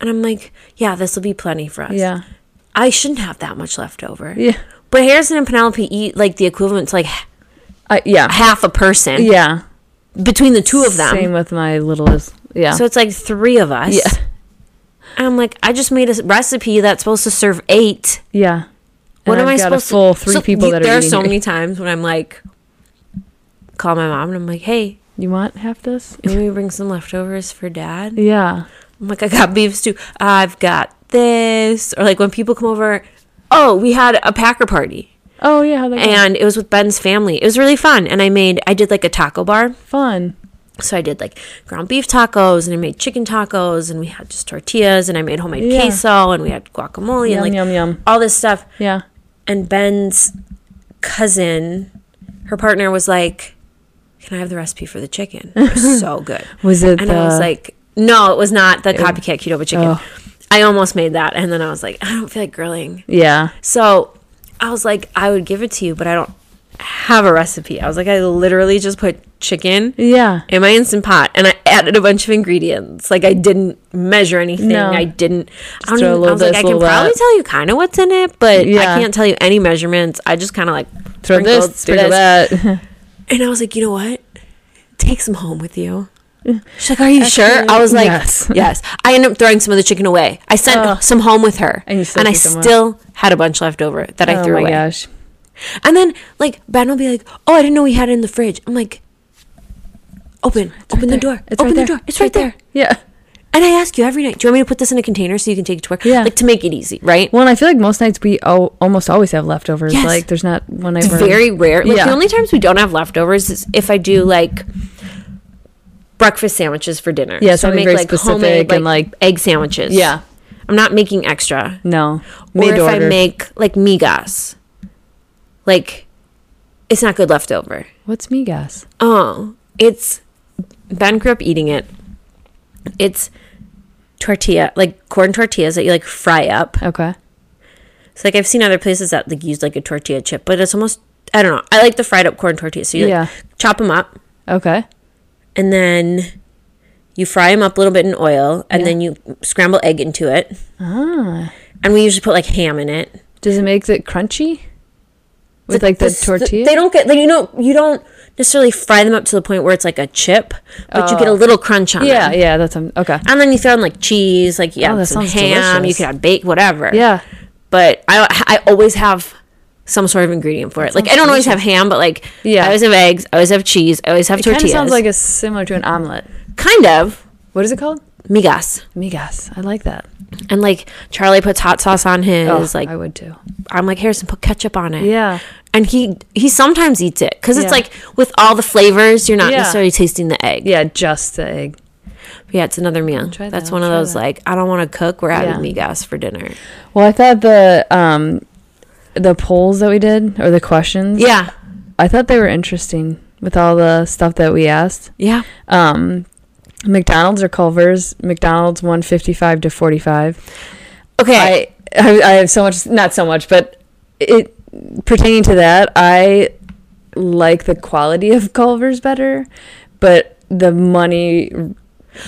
And I'm like, yeah, this will be plenty for us.
yeah
I shouldn't have that much left over.
yeah
But Harrison and Penelope eat like the equivalent to like h-
I, yeah
half a person
yeah
between the two of them.
same with my littlest yeah
So it's like three of us.
yeah
And I'm like, I just made a s- recipe that's supposed to serve eight.
yeah
What am
And I've
I
got a
supposed
full
to?
three
so
people
you-
that are
there are
eating
so
it.
many times when I'm like, call my mom and I'm like, hey,
you want half this
can we bring some leftovers for dad?
yeah
I'm like, I got beef stew. I've got this. Or like when people come over, oh, we had a Packer party
oh yeah how
and it was with Ben's family. It was really fun. And I made, I did like a taco bar.
fun
So I did like ground beef tacos and I made chicken tacos and we had just tortillas and I made homemade
Yeah.
queso and we had guacamole and
yum
like
yum yum
all this stuff.
yeah
And Ben's cousin, her partner was like, Can I have the recipe for the chicken? It was so good.
was it
And I was
the-
like, No, it was not the copycat Qdoba chicken.
Oh.
I almost made that. And then I was like, I don't feel like grilling.
yeah
So I was like, I would give it to you, but I don't have a recipe. I was like, I literally just put chicken
yeah
in my instant pot and I added a bunch of ingredients. Like I didn't measure anything.
No.
I didn't. I don't
throw
even,
a
I
little
was like,
this,
I can
little
probably
that.
tell you kind of what's in it, but
Yeah.
I can't tell you any measurements. I just kind of like
throw
sprinkled,
this sprinkle that
And I was like, you know what? Take some home with you. She's like, are you sure? I was like,
Yes.
yes. I ended up throwing some of the chicken away. I sent
Ugh.
some home with her, and,
And you still
I
took them away.
still had a bunch left over that I
oh
threw
my
away.
gosh
And then like Ben will be like, "Oh, I didn't know we had it in the fridge." I'm like, "Open, open the door,
It's
open
right
the
there.
door, it's right, there.
yeah
And I ask you every night, "Do you want me to put this in a container so you can take it to work?"
Yeah.
like to make it easy, right?
well and I feel like most nights we al- almost always have leftovers
Yes.
like there's not one night
It's
where
very rare. Like
Yeah.
the only times we don't have leftovers is if I do like breakfast sandwiches for dinner.
Yeah, something very specific and, like-
egg sandwiches.
yeah
I'm not making extra.
no
or if I make like migas, like it's not good leftover.
What's migas?
Oh, it's Ben grew up eating it. It's tortilla, like corn tortillas that you like fry up.
Okay.
So like I've seen other places that like use like a tortilla chip, but it's almost I don't know. I like the fried up corn tortillas. So you like,
Yeah.
chop them up
Okay.
and then you fry them up a little bit in oil and
Yeah.
then you scramble egg into it.
Ah.
And we usually put like ham in it.
Does it make it crunchy? With like the,
s-
tortilla?
They don't get like you know you don't necessarily fry them up to the point where it's like a chip, but you get a little crunch on
Oh. yeah,
them.
yeah, that's um, okay.
And then you throw in like cheese, like yeah,
Oh, that
some
sounds
ham.
delicious.
You could add bake, whatever.
Yeah.
But I I always have some sort of ingredient for it. Like I don't always have ham, but like
Yeah.
yeah, I always have eggs. I always have cheese. I always have
It kind of
tortillas.
sounds like a similar to an omelet.
kind of
What is it called?
migas.
Migas. I like that.
And like Charlie puts hot sauce on his.
Oh,
like
I would too.
I'm like Harrison, put ketchup on it.
Yeah.
And he he sometimes eats it because
Yeah.
it's like with all the flavors, you're not
Yeah.
necessarily tasting the egg.
Yeah, just the egg.
But yeah, it's another meal.
Try
That's
that,
one of
try
those
that.
like I don't want to cook. We're having
Yeah.
migas for dinner.
Well, I thought the um the polls that we did or the questions.
Yeah,
I thought they were interesting with all the stuff that we asked.
yeah.
Um McDonald's or Culver's? McDonald's 155 to 45.
Okay,
I, I I have so much not so much, but it pertaining to that, I like the quality of Culver's better, but the money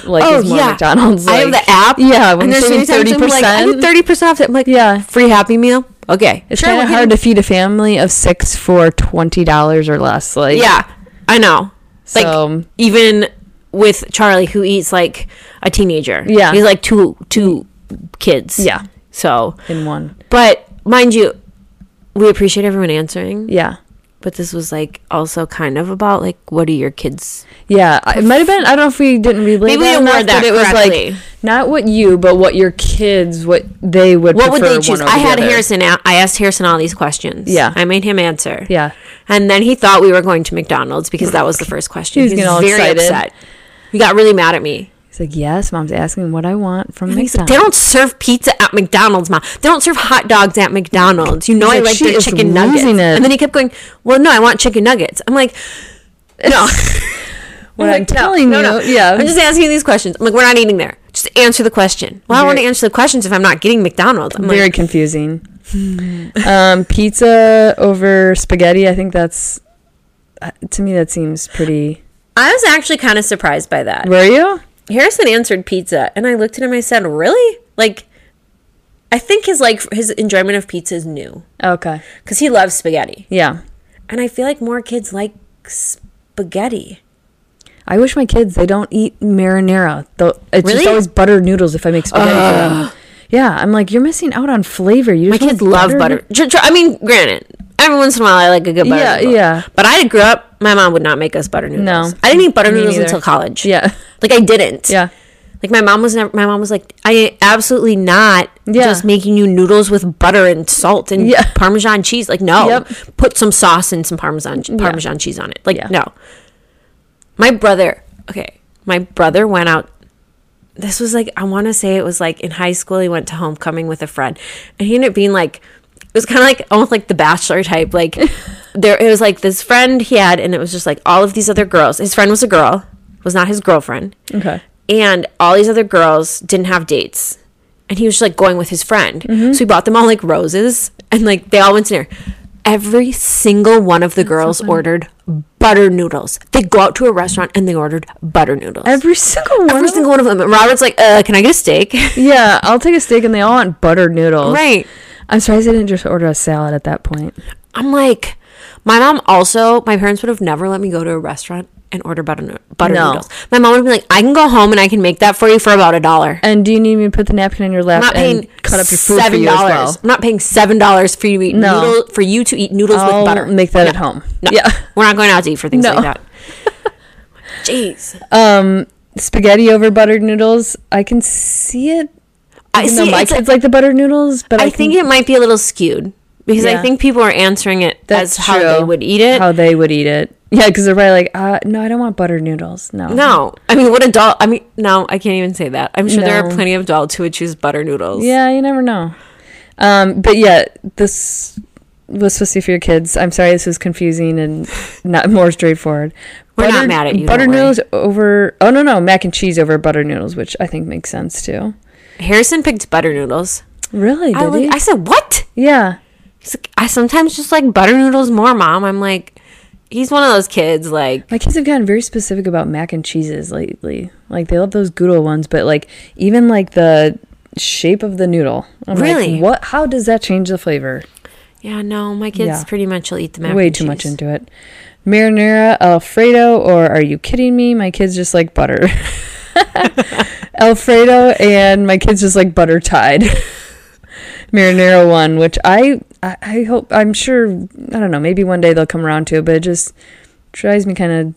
like
Oh,
is more
yeah.
McDonald's.
I
Like,
have the app.
Yeah, when
and
you're
there's
saving
many times
thirty
I'm like, I did
percent.
thirty percent off. I'm like,
Yeah,
free Happy Meal. Okay,
it's
we're
kind of hard
getting-
to feed a family of six for twenty dollars or less. Like
Yeah, I know. like-
so
Even with Charlie, who eats like a teenager.
Yeah.
he's like two two kids.
yeah,
So,
in one
but mind you, we appreciate everyone answering.
yeah.
But this was like also kind of about like what are your kids?
Yeah, I- it might have been. I don't know if we didn't relay
Maybe we
that
didn't
enough,
word that
but it was like
correctly.
not what you, but what your kids, what they would.
What would
prefer
they choose?
one over
I
the
had
other.
Harrison. a- I asked Harrison all these questions.
Yeah.
I made him answer.
Yeah,
And then he thought we were going to McDonald's because that was the first question.
He was getting all excited.
He got really mad at me.
he's like, yes, mom's asking what I want from
And he's like,
McDonald's.
they don't serve pizza at McDonald's, mom. They don't serve hot dogs at McDonald's. You know I
He's like,
like
"She
their
is
chicken nuggets.
losing it.
And then he kept going, well, no, I want chicken nuggets. I'm like, no.
What
I'm
I'm
like, no,
telling
no,
you,
no.
yeah,
I'm just asking you these questions. I'm like, we're not eating there. Just answer the question. Well, I want to
Very-
answer the questions if I'm not getting McDonald's. I'm
very
like,
confusing. um, pizza over spaghetti. I think that's uh, to me that seems pretty.
I was actually kind of surprised by that.
Were you?
Harrison answered pizza, and I looked at him. I said, "Really? Like, I think his like his enjoyment of pizza is new
Okay.
because he loves spaghetti,
Yeah.
and I feel like more kids like spaghetti.
I wish my kids they don't eat marinara. Though it's
Really?
just always butter noodles if I make spaghetti for them. Yeah, I'm like you're missing out on flavor. You
My
just want
kids love butter. Tr- tr- I mean, granted, every once in a while I like a good butter.
Yeah,
noodle.
yeah.
But I grew up. My mom would not make us butter noodles. I didn't eat butter
me
noodles
neither.
until college.
Yeah,
like I didn't.
yeah,
Like my mom was never. My mom was like, I absolutely not.
Yeah.
Just making you noodles with butter and salt and
Yeah.
Parmesan cheese. Like no,
Yep.
put some sauce and some Parmesan Parmesan cheese on it. Like
Yeah.
no. My brother. Okay, my brother went out. This was like I want to say it was like in high school. He went to homecoming with a friend, and he ended up being like. It was kind of like almost like the bachelor type. Like there, it was like this friend he had, and it was just like all of these other girls. His friend was a girl, was not his girlfriend
okay.
and all these other girls didn't have dates and he was just like going with his friend
Mm-hmm.
so he bought them all like roses and like they all went to dinner every single one of the girls ordered butter noodles they go out to a restaurant and they ordered butter noodles every,
Every single one. of them?
single one of them And robert's like uh can i get a steak
yeah, I'll take a steak, and they all want butter noodles.
right
I'm surprised I didn't just order a salad at that point.
i'm like my mom also my parents would have never let me go to a restaurant and order butter, no- butter
No.
noodles my mom would be like i can go home and i can make that for you for about a dollar
And do you need me to put the napkin on your lap
I'm not paying
and cut up your food for
seven
you as
dollars.
well?
I'm not paying seven dollars for you to eat
No.
noodle, for you to eat noodles
I'll
with butter.
make that
No,
at home.
No.
Yeah.
we're not going out to eat for things
No.
like that. Jeez,
Um, spaghetti over buttered noodles. I can see it.
I
Even though
see.
my
it's like-
kids like the buttered noodles, but I,
I think it might be a little skewed because I
Yeah.
think people are answering it as how they would eat it.
How they would eat it. Yeah, because they're probably like, uh, no, I don't want buttered noodles. No.
no, I mean, what adult? I mean, no, I can't even say that. I'm sure there are
No.
plenty of adults who would choose butter noodles.
Yeah, you never know. Um, but yeah, this was supposed to be for your kids. I'm sorry, this was confusing and not more straightforward.
We're not mad at you,
Butter
don't worry.
noodles over. Oh no, no, mac and cheese over butter noodles, which I think makes sense too.
Harrison picked butter noodles.
Really? Did
I,
he?
like, I said, what?
yeah.
He's like, I sometimes just like butter noodles more, mom. I'm like, he's one of those kids like.
My kids have gotten very specific about mac and cheeses lately. Like they love those Gouda ones, but like even like the shape of the noodle. I'm like,
Really?
what? How does that change the flavor?
Yeah, no, my kids
Yeah.
pretty much will eat the mac
Way
and
too much
cheese.
into it. Marinara, Alfredo, or are you kidding me? My kids just like butter. Alfredo and my kids just like butter tied. Marinara one, which I, I I hope I'm sure I don't know maybe one day they'll come around to, but it just drives me kind of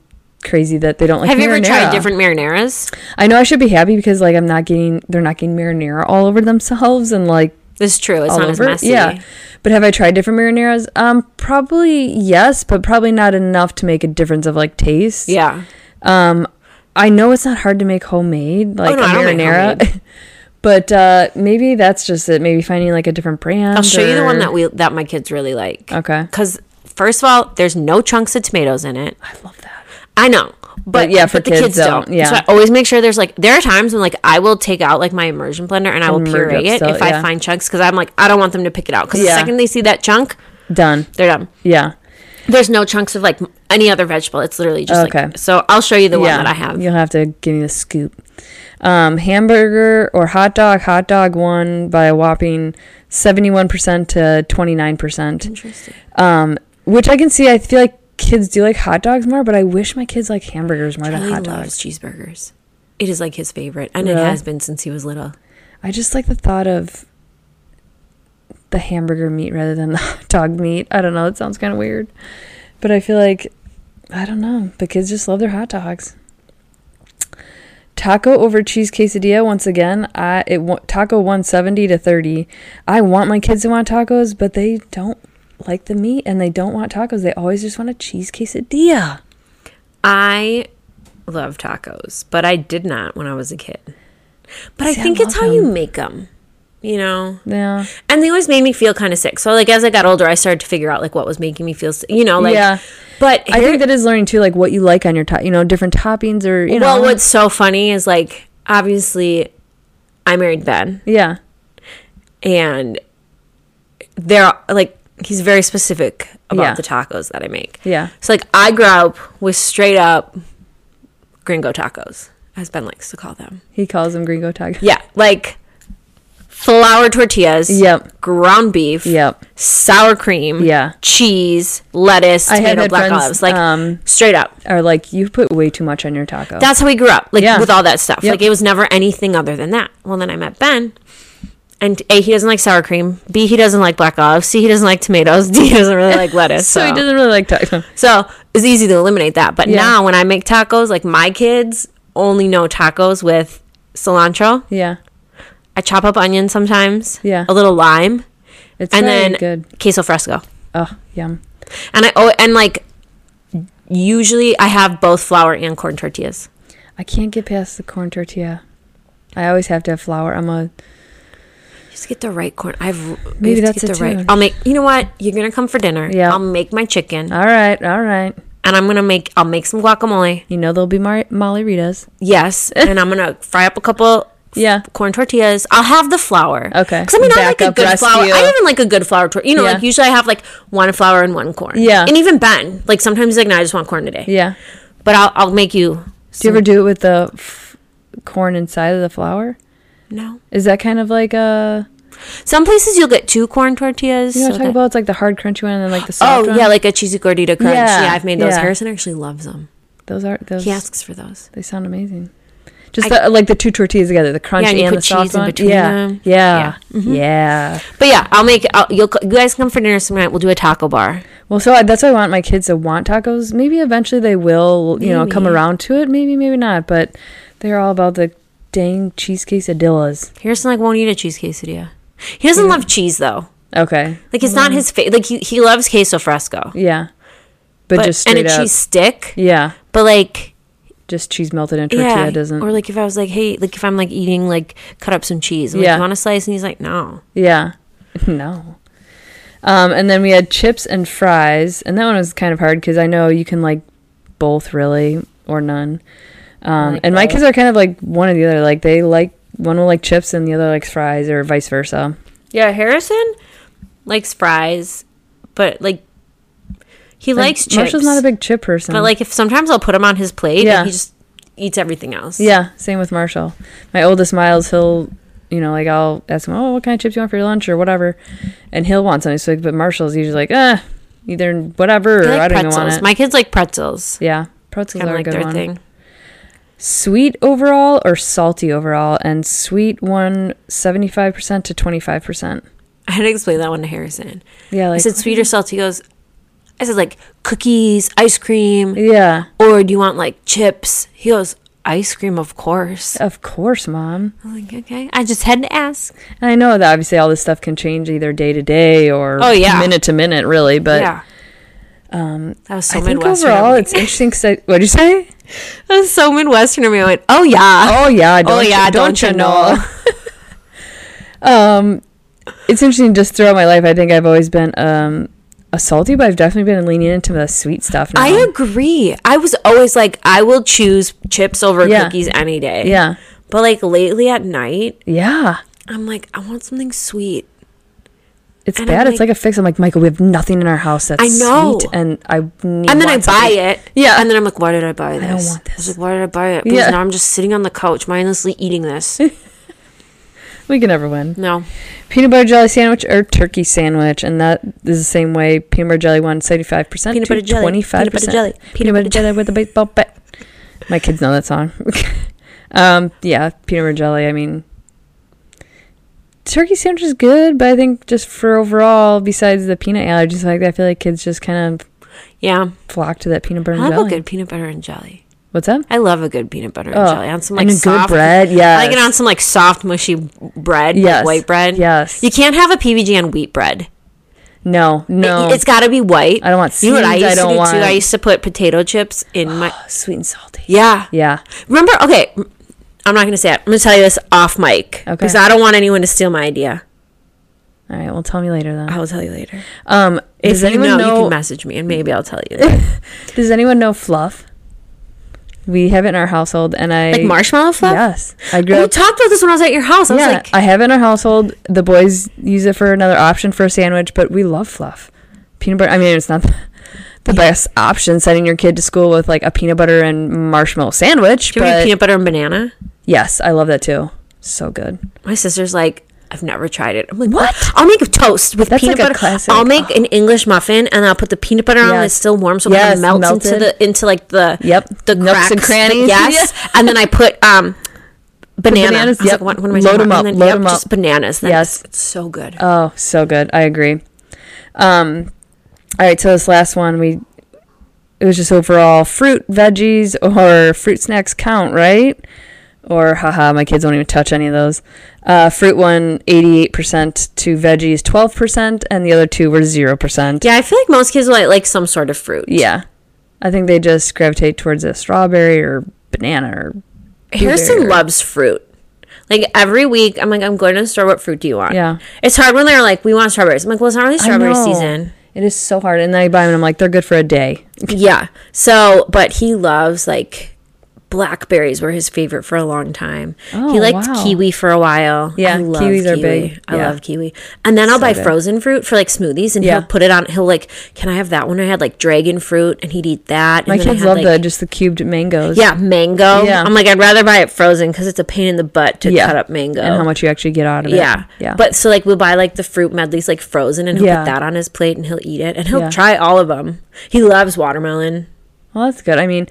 crazy that they don't like.
Have you ever tried
marinara.
different marinaras?
I know I should be happy because like I'm not getting they're not getting marinara all over themselves and like
This is true. It's
all
not
over.
as messy.
Yeah. But have I tried different marinaras? Um probably yes, but probably not enough to make a difference of like taste.
Yeah.
Um I know it's not hard to make homemade, like
Oh, no,
a
I don't make
marinara.
homemade.
but uh, maybe that's just it. Maybe finding like a different brand.
I'll show you the one
or-
that we that my kids really like.
Okay.
Because first of all, there's no chunks of tomatoes in it.
I love that.
I know. But,
yeah, for
but the
kids
kids don't.
don't, yeah.
So I always make sure there's like there are times when like I will take out like my immersion blender and I will
And merge
puree
up
it
still,
if
yeah.
I find chunks because I'm like I don't want them to pick it out because
Yeah.
the second they see that chunk,
Done.
they're done.
Yeah.
There's no chunks of like m- any other vegetable. It's literally just
Okay.
like so. I'll show you the
yeah.
one that I have.
You'll have to give me the scoop. Um, hamburger or hot dog. Hot dog won by a whopping seventy-one percent to twenty-nine percent.
Interesting.
Um, which I can see. I feel like kids do like hot dogs more, but I wish my kids like hamburgers more
Charlie
than hot dogs.
loves cheeseburgers. It is like his favorite, and it
Really?
has been since he was little.
I just like the thought of the hamburger meat rather than the hot dog meat. I don't know. That sounds kind of weird. But I feel like, I don't know. The kids just love their hot dogs. Taco over cheese quesadilla once again. I it wa- taco 170 to 30. I want my kids to want tacos, but they don't like the meat and they don't want tacos. They always just want a cheese quesadilla.
I love tacos, but I did not when I was a kid. But
See,
I
I
think it's
love
how you make them, you know.
Yeah.
And they always made me feel kind of sick. So like as I got older, I started to figure out like what was making me feel, sick, you know, like.
Yeah.
But
I think that is learning too like what you like on your top, you know, different toppings or you know.
well, what's so funny is like obviously, I married Ben,
yeah.
and they're like he's very specific about
Yeah.
the tacos that I make.
Yeah.
So like I grew up with straight up gringo tacos, as Ben likes to call them.
He calls them gringo tacos.
Yeah, like flour tortillas.
Yep.
Ground beef.
Yep.
Sour cream.
Yeah.
Cheese, lettuce,
I had
tomato,
had
black
friends,
olives. Like
um,
straight up.
Or like you put way too much on your taco.
That's how we grew up. Like
Yeah.
with all that stuff.
Yep.
Like it was never anything other than that. Well, then I met Ben. And A, he doesn't like sour cream. B, he doesn't like black olives. C, he doesn't like tomatoes. D, he doesn't really like lettuce.
so he doesn't really like taco.
So it's easy to eliminate that. But
Yeah.
now when I make tacos, like my kids only know tacos with cilantro.
Yeah.
I chop up onion sometimes.
Yeah.
A little lime.
It's
and
very
then
good.
queso fresco.
Oh, yum.
And I oh and like usually I have both flour and corn tortillas.
I can't get past the corn tortilla. I always have to have flour. I'm a
Just get the right corn. I've
Maybe
maybe
that's
that's get
it
the right.
too.
I'll make. You know what? You're gonna come for dinner.
Yeah. Uh.
I'll make my chicken,
all right, all right.
and I'm gonna make. I'll make some guacamole.
You know there'll be Mar- Molly Rita's.
Yes, and I'm gonna fry up a couple
Yeah.
corn tortillas. I'll have the flour.
Okay.
Because I mean, I like a
Backup
good flour.
rescue.
I even like a good flour tortilla. You know,
Yeah.
like usually I have like one flour and one corn.
Yeah.
And even Ben, like sometimes he's like, no, I just want corn today.
Yeah.
But I'll I'll make you.
Do you ever do it with the f- corn inside of the flour?
No.
Is that kind of like a
Some places you'll get two corn tortillas.
you
so
know what I'm talking
that-
about? It's like the hard crunchy one and then like the soft
Oh
one.
yeah, like a cheesy gordita crunch.
Yeah,
Yeah, I've made those.
yeah.
Harrison actually loves them.
those are those.
He asks for those.
They sound amazing. Just the, like the two tortillas together, the crunchy
and
and,
you
the
put
soft
cheese in
one.
between
yeah.
them. Mm-hmm.
yeah, yeah,
But yeah, I'll make. I'll, you'll you guys come for dinner some night. We'll do a taco bar.
Well, so I, that's why I want my kids to want tacos. Maybe eventually they will, you know, come
Maybe.
around to it. Maybe, maybe not. But they're all about the dang cheesecake adillas.
Harrison like won't eat a cheese quesadilla. He doesn't love cheese though.
Okay,
Like it's
Mm-hmm.
not his favorite. Like he, he loves queso fresco,
yeah, but,
but
just
and
straight
a
up,
cheese stick.
yeah,
But like
just cheese melted in tortilla
yeah,
doesn't.
or like if I was like hey like if I'm like eating like cut up some cheese. I'm
Yeah.
like, you want a slice? And he's like no.
Yeah. No. Um, and then we had chips and fries, and that one was kind of hard because I know you can like both really or none. Um,
like
and my
both.
kids are kind of like one or the other. Like they like one will like chips and the other likes fries or vice versa.
Yeah, Harrison likes fries, but like he likes
And
chips.
Marshall's not a big chip person.
but like if sometimes I'll put him on his plate
Yeah.
and he just eats everything else.
yeah, same with Marshall. My oldest Miles, he'll you know like I'll ask him, oh, what kind of chips you want for your lunch or whatever, and he'll want something. So, like, but Marshall's usually like, eh, either whatever
They
or I
like
don't even want
pretzels.
it.
My kids like pretzels.
yeah, pretzels
Kind
are
of
a
like
good
their
one.
thing.
sweet overall or salty overall and sweet one 75% to 25%
I had to explain that one to Harrison.
yeah
I
like
said sweet or salty. He goes, I said like cookies, ice cream,
yeah
or do you want like chips? He goes, ice cream, of course.
of course mom
I'm like, okay. I just had to ask.
and i know that obviously all this stuff can change either day to day or
Oh, yeah.
minute to minute really but
yeah. Um, that was so
i think
Midwestern.
overall
I'm
it's interesting because what'd you say
like- That was so Midwestern of me. I went, oh yeah.
Oh yeah, don't
Oh,
you-
yeah, don't you
um, it's interesting. Just throughout my life, I think I've always been um a salty, but I've definitely been leaning into the sweet stuff now.
I agree. I was always like, I will choose chips over
Yeah.
cookies any day.
yeah,
But like lately at night,
yeah.
I'm like, I want something sweet.
It's
And I'm
bad. it's like a fix. I'm like Michael. We have nothing in our house that's
I know.
sweet, and I need.
And then I buy
want something-
it.
Yeah.
And then I'm like, why did I buy this? I,
want
was like, why did I buy it? Because
Yeah.
now I'm just sitting on the couch mindlessly eating this.
We can never win.
no.
Peanut butter jelly sandwich or turkey sandwich, and that is the same way. Peanut butter jelly one seventy five percent.
Peanut butter jelly.
Twenty five
Peanut butter
percent.
jelly.
Peanut butter jelly with a baseball bat. My kids know that song. um, yeah, peanut butter jelly. I mean, turkey sandwich is good, but I think just for overall, besides the peanut allergies, like I feel like kids just kind of
Yeah.
flock to that peanut butter
I
and
love
jelly.
a good peanut butter and jelly.
What's that?
I love a good peanut butter and
Oh,
jelly on some like
and a good
soft
bread.
I
Yeah,
like it on some like soft, mushy bread, like,
Yes.
white bread.
Yes.
You can't have a PBG on wheat bread.
no, no.
It, has got to be white.
I don't want
You know what I
seeds,
used
I
to
don't
do
want-
too? I used to put potato chips in my.
sweet and salty.
Yeah.
Yeah.
Remember? Okay. I'm not going to say it. I'm going to tell you this off mic.
Okay.
Because I don't want anyone to steal my idea.
All right. Well, tell me later then.
I will tell you later.
Um,
Uh, If
does
you
anyone
know, you
know?
can message me and maybe I'll tell you.
does anyone know fluff? We have it in our household, and I
like marshmallow fluff?
Yes, I grew
We
up.
talked about this when I was at your house. I
yeah,
was like,
I have it in our household. The boys use it for another option for a sandwich, but we love fluff. Peanut butter. I mean, it's not the, the best option. Sending your kid to school with like a peanut butter and marshmallow sandwich,
do you have
but
any peanut butter and banana?
yes, I love that too. So good.
My sister's like, I've never tried it. I'm like,
What?
what? I'll make a toast with
That's
peanut
like a
butter.
classic.
I'll make an English muffin and I'll put the peanut butter on.
Yes.
And it's still warm, so
Yes,
it kind of melts into
melted.
the into like the
Yep.
the
Nooks and
cracks, the-
crannies.
yes, and then I put um. Banana.
bananas,
I was
yep.
like, what, what am I
Load
talking
'em
about?
up,
And then,
load
yep,
'em
just
up.
bananas. Then
Yes.
it's, it's so good.
Oh, so good. I agree. Um, all right. So this last one, we it was just overall fruit, veggies, or fruit snacks count, right? Or haha, my kids don't even touch any of those. Uh, fruit one, 88% to veggies, 12%, and the other two were 0%.
yeah, I feel like most kids will like, like some sort of fruit.
Yeah. I think they just gravitate towards a strawberry or banana or
Harrison
blueberry.
loves fruit. Like every week, I'm like, I'm going to the store. What fruit do you want?
Yeah.
It's hard when they're like, we want strawberries. I'm like, well, it's not really
I
strawberry
know.
season.
It is so hard. And then I buy them and I'm like, they're good for a day.
Yeah. So, but he loves like blackberries were his favorite for a long time.
Oh,
he liked
wow.
kiwi for a while.
Yeah, kiwis are big.
I
Yeah.
love kiwi. And then I'll buy frozen fruit for like smoothies and
Yeah.
he'll put it on. He'll like, can I have that one? I had like dragon fruit and he'd eat that. And
My
then I
kids
had,
love
like,
the just the cubed mangoes.
Yeah, mango.
Yeah.
I'm like, I'd rather buy it frozen because it's a pain in the butt to
Yeah.
cut up mango.
and how much you actually get out of it.
Yeah.
Yeah.
But so like we'll buy like the fruit medleys like frozen and he'll
Yeah.
put that on his plate and he'll eat it and he'll
Yeah.
try all of them. He loves watermelon.
well, that's good. I mean,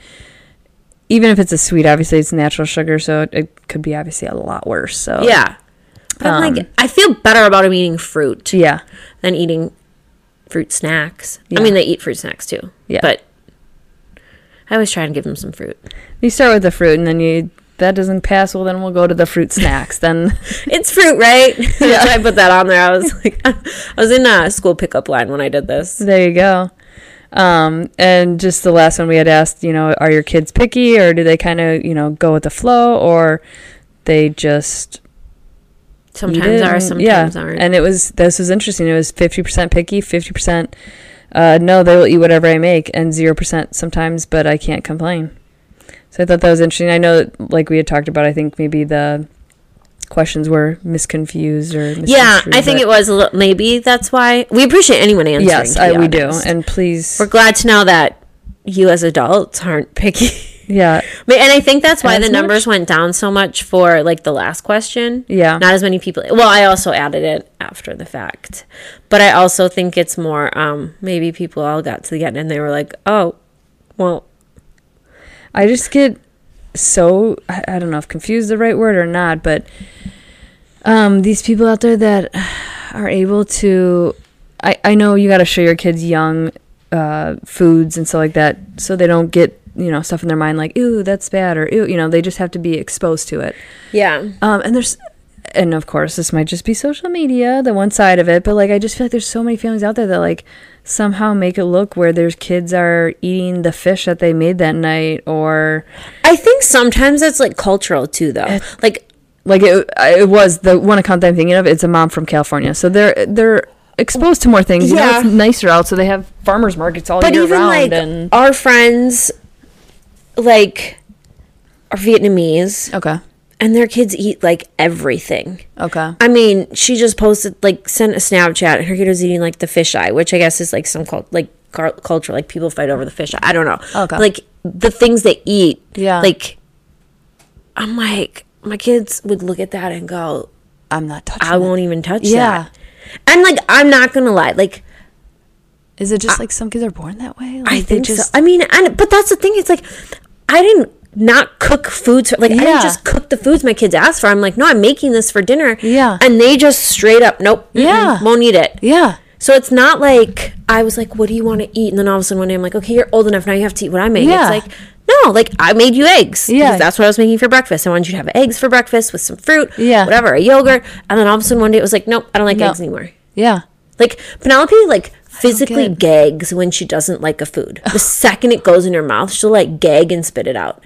even if it's a sweet, obviously it's natural sugar, so it, it could be obviously a lot worse. So
Yeah. But I'm
Um,
like I feel better about him eating fruit
yeah,
than eating fruit snacks.
Yeah.
I mean they eat fruit snacks too.
Yeah.
But I always try and give him some fruit.
you start with the fruit, and then you that doesn't pass. Well, then we'll go to the fruit snacks. Then
It's fruit, right? That's why I put that on there. I was like I was in a school pickup line when I did this.
there you go. Um, and just the last one we had asked, you know, are your kids picky, or do they kind of you know go with the flow, or they just eat
Sometimes
it
are,
and-
sometimes aren't.
And it was this was interesting. It was fifty percent picky, fifty percent uh, no, they will eat whatever I make, and zero percent sometimes, but I can't complain. So I thought that was interesting. I know, that, like we had talked about, I think maybe the questions were misconfused or misconstrued,
yeah, I think
but
it was a little, maybe that's why we appreciate anyone answering.
yes,
to
I,
be
we do,
honest.
and please,
We're glad to know that you as adults aren't picky. I
yeah,
mean, and I think that's why
As
the numbers went down so much for like the last question.
yeah,
Not as many people. Well, I also added it after the fact. But I also think it's more um maybe people all got to the end and they were like, "Oh, well,
I just get so I, I don't know if confused is the right word or not, but um, these people out there that are able to, I I know you got to show your kids young uh, foods and stuff like that, so they don't get you know stuff in their mind like ooh that's bad or ooh you know they just have to be exposed to it.
yeah."
Um, and there's and of course this might just be social media the one side of it but like i just feel like there's so many families out there that like somehow make it look where their kids are eating the fish that they made that night or
I think sometimes that's like cultural too, though. Like,
like it, it was the one account that i'm thinking of it's a mom from california so they're they're exposed to more things you know
Yeah.
it's nicer out so they have farmers markets all
but
year
even
round
like
and
our friends, like, are Vietnamese
okay
and their kids eat like everything.
okay
I mean, she just posted like sent a Snapchat. and Her kid was eating like the fisheye, which I guess is like some cult like car- culture, like people fight over the fisheye. I don't know.
Okay.
Like the things they eat.
Yeah.
Like, I'm like my kids would look at that and go,
i'm not touching
I won't even touch
Yeah.
that. And like I'm not gonna lie, like
Is it just like some kids are born that way? Like,
I think
they just
so. I mean, and but that's the thing. It's like I didn't not cook foods. For, like I
Yeah.
didn't just cook the foods my kids asked for. I'm like, no, I'm making this for dinner.
Yeah.
and they just straight up, nope. mm-mm,
Yeah.
won't eat it.
yeah.
So it's not like I was like, what do you want to eat? And then all of a sudden one day I'm like, okay, you're old enough now. You have to eat what I make.
Yeah.
It's like. No, like I made you eggs.
Yeah.
because that's what I was making for breakfast. I wanted you to have eggs for breakfast with some fruit,
Yeah.
whatever, a yogurt. And then all of a sudden one day it was like, nope, I don't like
No.
eggs anymore.
Yeah.
Like Penelope, like physically
it.
gags when she doesn't like a food. The second it goes in her mouth, she'll like gag and spit it out.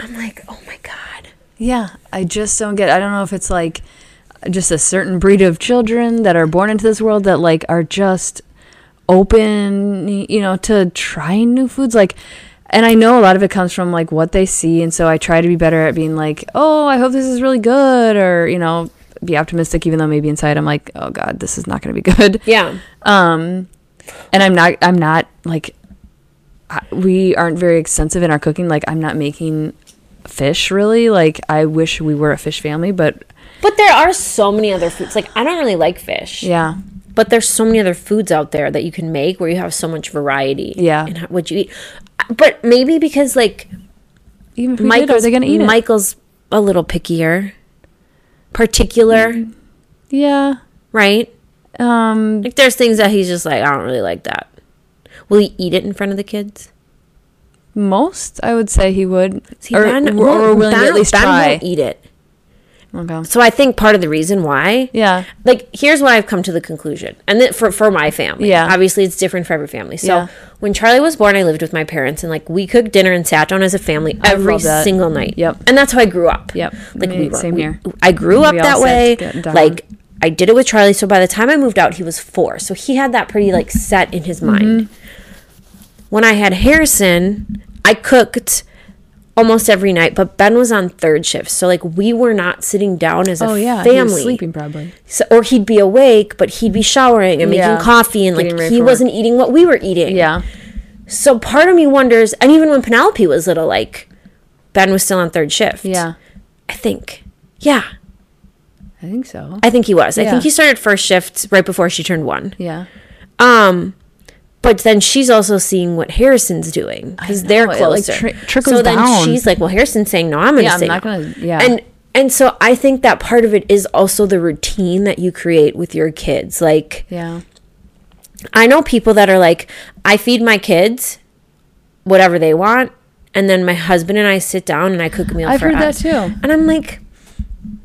I'm like, oh my god.
Yeah. I just don't get I don't know if it's like just a certain breed of children that are born into this world that like are just open, you know, to trying new foods like and I know a lot of it comes from like what they see and so I try to be better at being like, "Oh, I hope this is really good" or, you know, be optimistic even though maybe inside I'm like, "Oh god, this is not going to be good."
Yeah.
um and i'm not i'm not like I, we aren't very extensive in our cooking like i'm not making fish really like i wish we were a fish family but
But there are so many other foods. Like I don't really like fish.
yeah
But there's so many other foods out there that you can make where you have so much variety.
Yeah.
In how- what you eat. But maybe because like
even if we did, are
Michael's
they gonna eat
Michael's a little pickier. Particular,
it yeah
right?
um
Like there's things that he's just like, I don't really like that. Will he eat it in front of the kids?
most i would say he would
See,
or,
Ben-
or, or
well,
willing to
Ben-
at least
Ben
try
won't eat it.
okay
So I think part of the reason why,
yeah
like, here's what I've come to the conclusion, and that for for my family,
Yeah.
obviously it's different for every family. So
Yeah.
when Charlie was born, I lived with my parents, and like we cooked dinner and sat down as a family every
love that.
single night.
Yep.
and that's how I grew up.
Yep.
like
Me-
we were,
same
we-
here.
I grew up
We all
that
sat
way.
get down.
Like I did it with Charlie. So by the time I moved out, he was four. So he had that pretty like set in his
Mm-hmm.
mind. When I had Harrison, I cooked almost every night, but Ben was on third shift. So like we were not sitting down as a
oh yeah he was
family.
sleeping probably
So, or he'd be awake, but he'd be showering and
Yeah.
making coffee and
Getting
like
ready
he
for
wasn't eating what we were eating.
yeah
So part of me wonders, and even when Penelope was little, like Ben was still on third shift.
yeah
I think. Yeah.
i think so
I think he was. I
Yeah.
think he started first shift right before she turned one.
yeah
Um, but then she's also seeing what Harrison's doing because
know,
they're
it, like,
closer.
tri- trickles
so then
down.
she's like, "Well, Harrison's saying no. I'm going to
Yeah, I'm
say
not
no."
gonna- yeah.
And and so I think that part of it is also the routine that you create with your kids. Like
yeah
I know people that are like, I feed my kids whatever they want, and then my husband and I sit down and I cook a meal.
I've
for
heard that
us."
too.
and I'm like.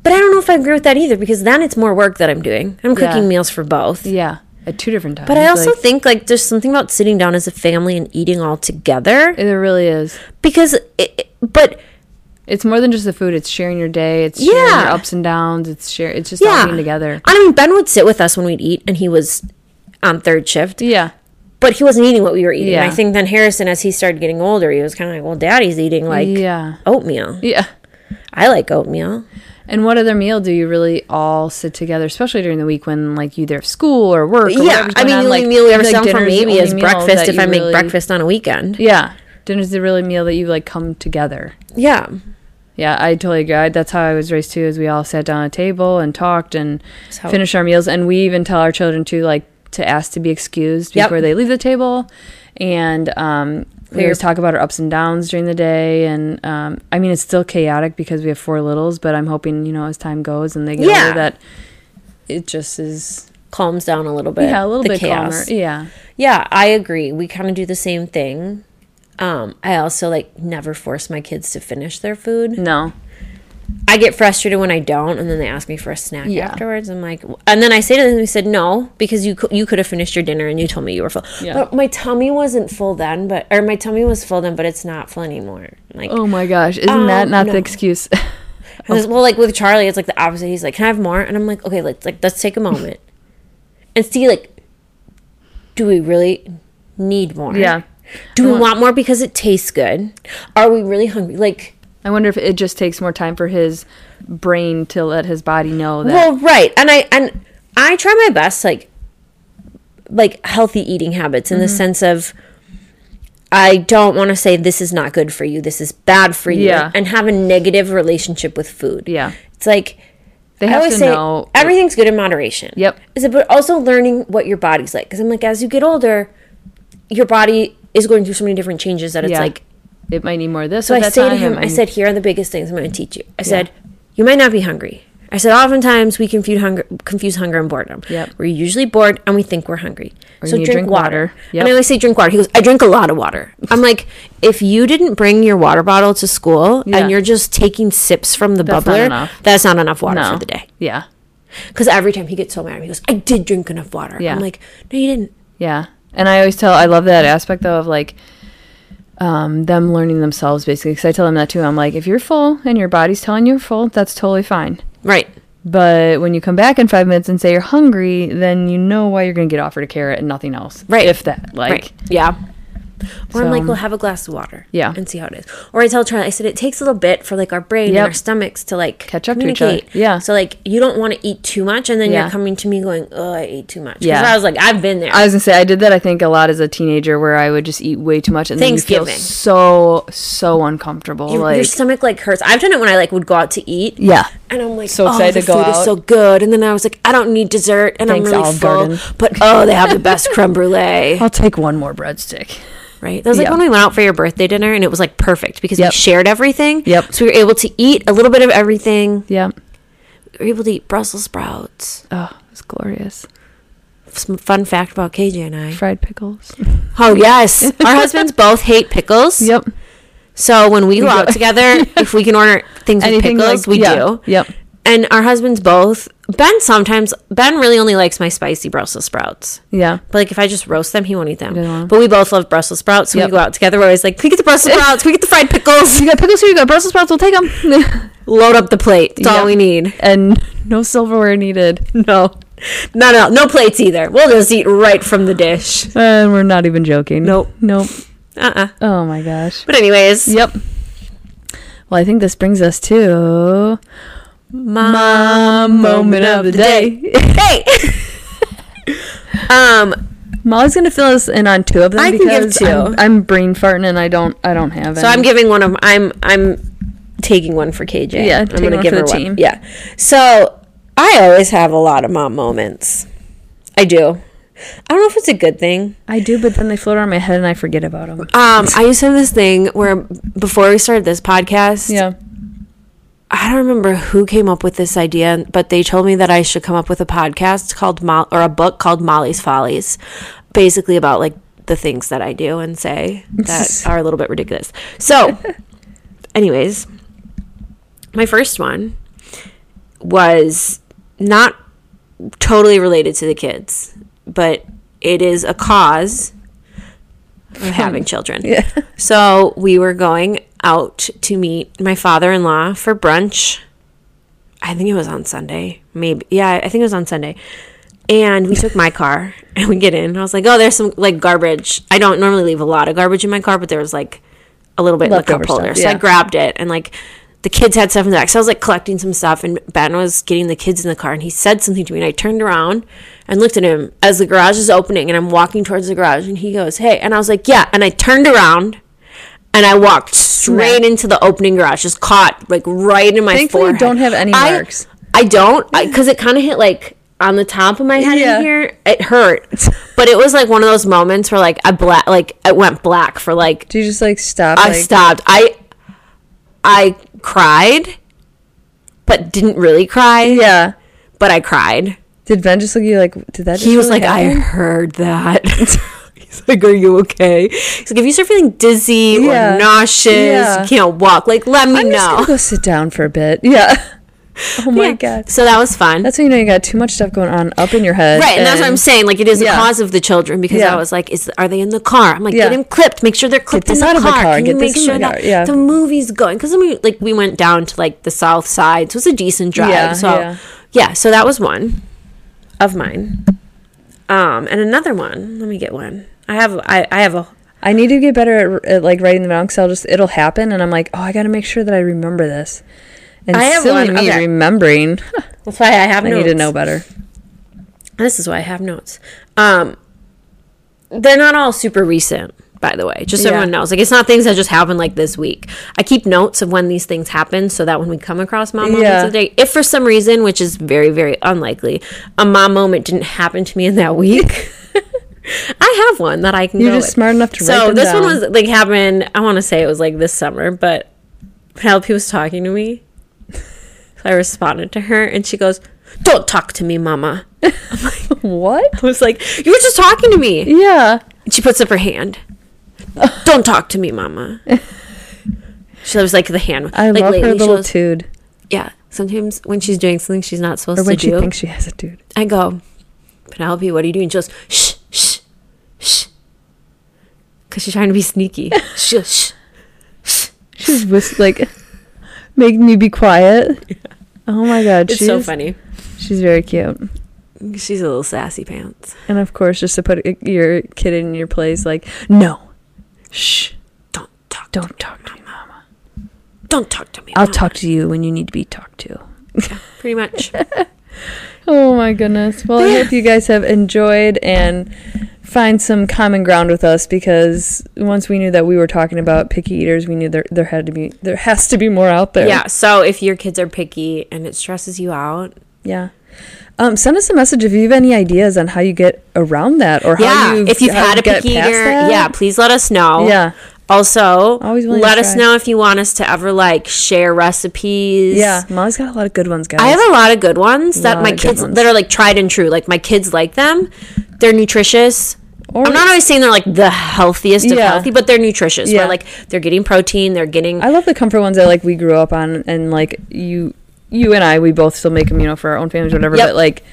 But I don't know if I agree with that either because then it's more work that I'm doing. I'm
Yeah.
cooking meals for both.
yeah at two different times
But I also
like,
think like there's something about sitting down as a family and eating all together
it really is
because it, it- but
It's more than just the food. It's sharing your day. It's sharing
Yeah.
your ups and downs. It's share. It's just all
yeah,
being together.
I mean, Ben would sit with us when we'd eat, and he was on third shift,
Yeah,
but he wasn't eating what we were eating.
Yeah.
I think then Harrison, as he started getting older, he was kind of like, "Well, Daddy's eating like
yeah,
oatmeal.
yeah.
I like oatmeal."
And what other meal do you really all sit together, especially during the week when like you either have school or work? Or
yeah,
whatever's
I
going
mean,
on,
the only
like,
meal we ever
like,
sell for
dinner's the
maybe
only
is
meal
breakfast
that
if
you
I make
really-
breakfast on a weekend.
Yeah, dinner's the really meal that you like come together.
Yeah,
Yeah, I totally agree. I, that's how I was raised too. Is we all sat down at a table and talked and
So-
finished our meals, and we even tell our children to like to ask to be excused
Yep.
before they leave the table, and um, we
Clear.
always talk about our ups and downs during the day. And um, I mean, it's still chaotic because we have four littles, but I'm hoping you know as time goes and they get
Yeah.
older that it just is
calms down a little bit.
yeah a little
the
bit
chaos.
calmer. Yeah,
Yeah, I agree. We kind of do the same thing. Um, I also like never force my kids to finish their food.
no,
I get frustrated when I don't, and then they ask me for a snack
Yeah.
afterwards. I'm like, and then I say to them, "We said no because you cou- you could have finished your dinner and you told me you were full.
Yeah.
But my tummy wasn't full then, but or my tummy was full then, but it's not full anymore. Like,
Oh my gosh, isn't
Um,
that not
no.
the excuse?
And this- well, like with Charlie, it's like the opposite. He's like, "Can I have more?" And I'm like, "Okay, let's like let's take a moment and see like, do we really need more?
Yeah.
Do we want more because it tastes good? Are we really hungry? Like,
I wonder if it just takes more time for his brain to let his body know that.
well, right. And I and I try my best like like healthy eating habits in the
Mm-hmm.
sense of I don't want to say this is not good for you. This is bad for you.
Yeah.
And have a negative relationship with food.
yeah,
It's like
they
I
have
always
to
say
know.
everything's good in moderation.
Yep.
Is it, but also learning what your body's like. Because I'm like, as you get older, your body is going through so many different changes that it's
Yeah.
like.
it might need more of this.
So
at
I
that
say to
time, it
him, I
might-
said, here are the biggest things I'm going to teach you. I said, you might not be hungry. I said, oftentimes we confuse hunger, confuse hunger and boredom.
Yep.
We're usually bored and we think we're hungry. so
need
drink,
to drink
water.
water. Yep.
And I always say drink water. He goes, I drink a lot of water. I'm like, if you didn't bring your water bottle to school
Yeah.
and you're just taking sips from the
That's not
bubbler,
enough.
that's not enough water
no.
for the day.
Yeah,
Because every time he gets so mad, he goes, "I did drink enough water."
Yeah.
I'm like, "No, you didn't."
yeah. And I always tell, I love that aspect though of like um, them learning themselves basically. Because I tell them that too. I'm like, if you're full and your body's telling you're full, that's totally fine.
Right.
But when you come back in five minutes and say you're hungry, then you know why you're going to get offered a carrot and nothing else.
Right.
If that, like,
right. Yeah. Or I'm like,
So-
"Well, have a glass of water."
Yeah.
And see how it is. Or I tell Charlie, I said, "It takes a little bit for like our brain
Yep.
and our stomachs to like
Catch up to each other.
communicate.
Yeah.
So like, you don't want to eat too much, and then
Yeah.
you're coming to me going, "Oh, I ate too much."
Yeah.
Yeah. I was like, I've been there.
I was gonna say I did that. I think a lot as a teenager, where I would just eat way too much, and then you feel
Thanksgiving.
so so uncomfortable.
Your-
like
your stomach like hurts. I've done it when I like would go out to eat.
yeah,
And I'm like,
So
so
excited
excited oh, the
to go
food
out.
is so good. And then I was like, I don't need dessert, and
Thanks,
I'm really
Olive
full.
Garden.
But oh, they have the best creme brulee.
I'll take one more breadstick.
right? That was like
Yeah.
when we went out for your birthday dinner, and it was like perfect because
Yep.
we shared everything.
Yep.
So we were able to eat a little bit of everything.
Yeah,
We were able to eat Brussels sprouts.
oh, it's glorious.
Some fun fact about KJ and I.
Fried pickles.
Oh yes, our husbands both hate pickles.
Yep.
So when we go
We go-
out together, if we can order things
Anything
with pickles,
like
we
yeah,
do.
Yep.
And our husbands both. Ben sometimes Ben really only likes my spicy Brussels sprouts.
Yeah.
But like if I just roast them, he won't eat them.
doesn't want
But we both love Brussels sprouts, so
Yep.
we go out together. We're always like, "Can we get the Brussels sprouts? Can we get the fried pickles.
You got pickles here. You got Brussels sprouts. We'll take them.
Load up the plate. That's
Yep.
all we need.
and no silverware needed. No.
No, no, no plates either. We'll just eat right from the dish.
And we're not even joking.
Nope.
Nope.
Uh uh
Oh my gosh.
But, anyways,
Yep. Well, I think this brings us to my moment of the day.
hey! um,
Molly's gonna fill us in on two of them.
I can give two.
I'm, I'm brain farting and I don't. I don't have.
so I'm giving one of, I'm, I'm taking one for KJ.
Yeah,
I'm
take
gonna
one for the team.
Yeah. So, I always have a lot of mom moments. I do. I don't know if it's a good thing.
I do, but then they float around my head and I forget about them.
Um, I used to have this thing where before we started this podcast,
Yeah.
I don't remember who came up with this idea, but they told me that I should come up with a podcast called Mo- or a book called Molly's Follies, basically about like the things that I do and say that are a little bit ridiculous. So, anyways, my first one was not totally related to the kids, but it is a cause of having children.
Yeah.
So we were going out to meet my father in law for brunch. I think it was on Sunday. Maybe. Yeah, I think it was on Sunday. And we took my car and we get in. And I was like, oh, there's some like garbage. I don't normally leave a lot of garbage in my car, but there was like a little bit in the
Leftover
cup holder.
stuff,
So I
yeah.
grabbed it and like the kids had stuff in the back. So I was like collecting some stuff and Ben was getting the kids in the car and he said something to me and I turned around and looked at him as the garage is opening and I'm walking towards the garage and he goes, Hey and I was like, Yeah and I turned around and I walked straight
Right.
into the opening garage, just caught like right in my
Thankfully, you
forehead.
don't have any
I-
marks.
I, don't because it kind of hit like on the top of my head
Yeah.
in here. It hurt, but it was like one of those moments where like I black like it went black for like
Do you just like stop?
I stopped. I I cried, but didn't really cry.
Yeah.
but I cried.
Did Ben just look at you like? Did that?
He was like, I heard that. He's He's like, "Are you okay?" He's like, "If you start feeling dizzy
Yeah.
or nauseous,
Yeah.
you can't walk, like let me
I'm just
know."
gonna go sit down for a bit. Yeah. Oh my god.
So that was fun.
That's how you know you got too much stuff going on up in your head.
Right, and that's what I'm saying. Like it is
Yeah.
the cause of the children because
Yeah.
I was like, "Is are they in the car?" I'm like,
Yeah.
"Get him clipped. Make sure they're clipped
this
in the
out of the
car.
car.
Can
Get
you
this
make
in the
sure
car."
that
Yeah.
the movie's going?" Because we like we went down to like the south side, so it's a decent drive.
Yeah,
so
yeah.
yeah. so that was one of mine. Um, and another one. Let me get one. I have I, I have a
I need to get better at, at like writing them down because I'll just it'll happen and I'm like, oh, I got to make sure that I remember this. And
I have
silly
one,
me
okay.
remembering.
that's why I have
I need to know better.
This is why I have notes. Um, they're not all super recent, by the way. Just so
Yeah.
everyone knows, like it's not things that just happened like this week. I keep notes of when these things happen, so that when we come across mom moments
Yeah.
of the day, if for some reason, which is very very unlikely, a mom moment didn't happen to me in that week. I have one that I can.
You're
go
just
with.
smart enough to
So
write them
this
down.
one was like happened. I want to say it was like this summer, but Penelope was talking to me. So I responded to her, and she goes, "Don't talk to me, Mama."
What?
I was like, "You were just talking to me."
Yeah.
And she puts up her hand. Don't talk to me, Mama. She was like the hand.
I
like,
love her
lately she
little
was-
dude.
Yeah. Sometimes when she's doing something she's not supposed
Or when
to
she
do,
thinks she has a dude.
I go, Penelope, what are you doing? She goes, shh, shh, shh. Because she's trying to be sneaky. She goes, shh.
She's whis- like making me be quiet. Oh my god.
It's
she's,
so funny.
She's very cute.
She's a little sassy pants.
And of course, just to put i- your kid in your place, like, no, shh,
Don't talk. Don't,
don't talk to me, mama.
don't talk to me.
I'll
Mama."
talk to you when you need to be talked to.
Pretty much.
Oh my goodness. Well, I hope you guys have enjoyed and find some common ground with us because once we knew that we were talking about picky eaters, we knew there there had to be there has to be more out there.
yeah. So if your kids are picky and it stresses you out,
Yeah. Um, send us a message if you have any ideas on how you get around that or how
yeah.
you
If you've had a picky eater, yeah, please let us know.
Yeah.
Also,
Always willing to
let us
try.
know if you want us to ever like share recipes.
Yeah. Molly's got a lot of good ones, guys.
I have a lot of good ones that
Lot
my
of good
kids
ones.
that are like tried and true. Like my kids like them. They're nutritious.
Or-
I'm not always saying they're like the healthiest of
Yeah.
healthy, but they're nutritious.
Yeah.
Where like they're getting protein, they're getting
I love the comfort ones that like we grew up on, and like you, you and I, we both still make them, you know, for our own families, or whatever.
Yep.
But like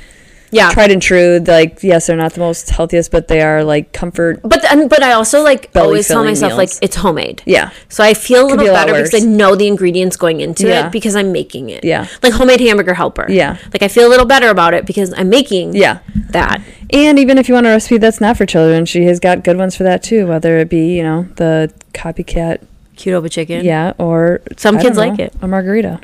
yeah.
tried and true, like yes, they're not the most healthiest, but they are like comfort.
but and, but I also like
Belly
always tell
filling
myself
meals.
like it's homemade.
Yeah,
So I feel a little
be a lot
better because I
worse.
know the ingredients going into
Yeah.
it because I'm making it.
Yeah.
Like homemade hamburger helper.
Yeah.
Like I feel a little better about it because I'm making
yeah.
that.
And even if you want a recipe that's not for children, she has got good ones for that too. Whether it be you know the copycat,
Qdoba chicken.
yeah, or
Mm-hmm. Some
I
kids
don't
like it.
a margarita.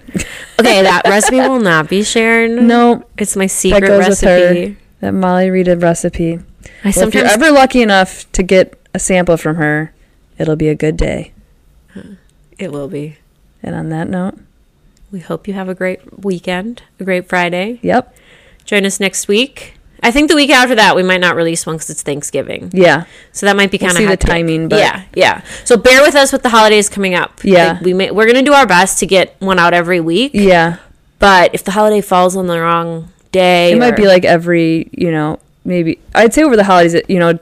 Okay, that recipe will not be shared.
No,
It's my
that
secret
goes with
recipe.
her. That Molly Rita recipe. Well,
I
if you're
sometimes
ever lucky enough to get a sample from her, it'll be a good day.
it will be.
And on that note,
We hope you have a great weekend, a great Friday.
yep,
Join us next week. I think the week after that we might not release one because it's Thanksgiving,
yeah.
so that might be
We'll
kind of
see the timing, but-
yeah, yeah. So bear with us with the holidays coming up.
Yeah.
Like, we may, we're gonna do our best to get one out every week,
Yeah.
but if the holiday falls on the wrong day,
It
or-
might be like every, you know, maybe I'd say over the holidays, it- you know,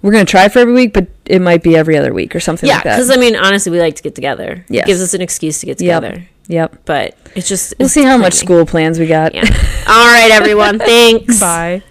we're going to try for every week, but it might be every other week or something
yeah,
like that.
because I mean honestly, we like to get together.
Yes.
It gives us an excuse to get
Yep.
together,
Yep.
but it's just
We'll
it's
see how much
planning.
school plans we got.
Yeah. All right, everyone. Thanks.
Bye.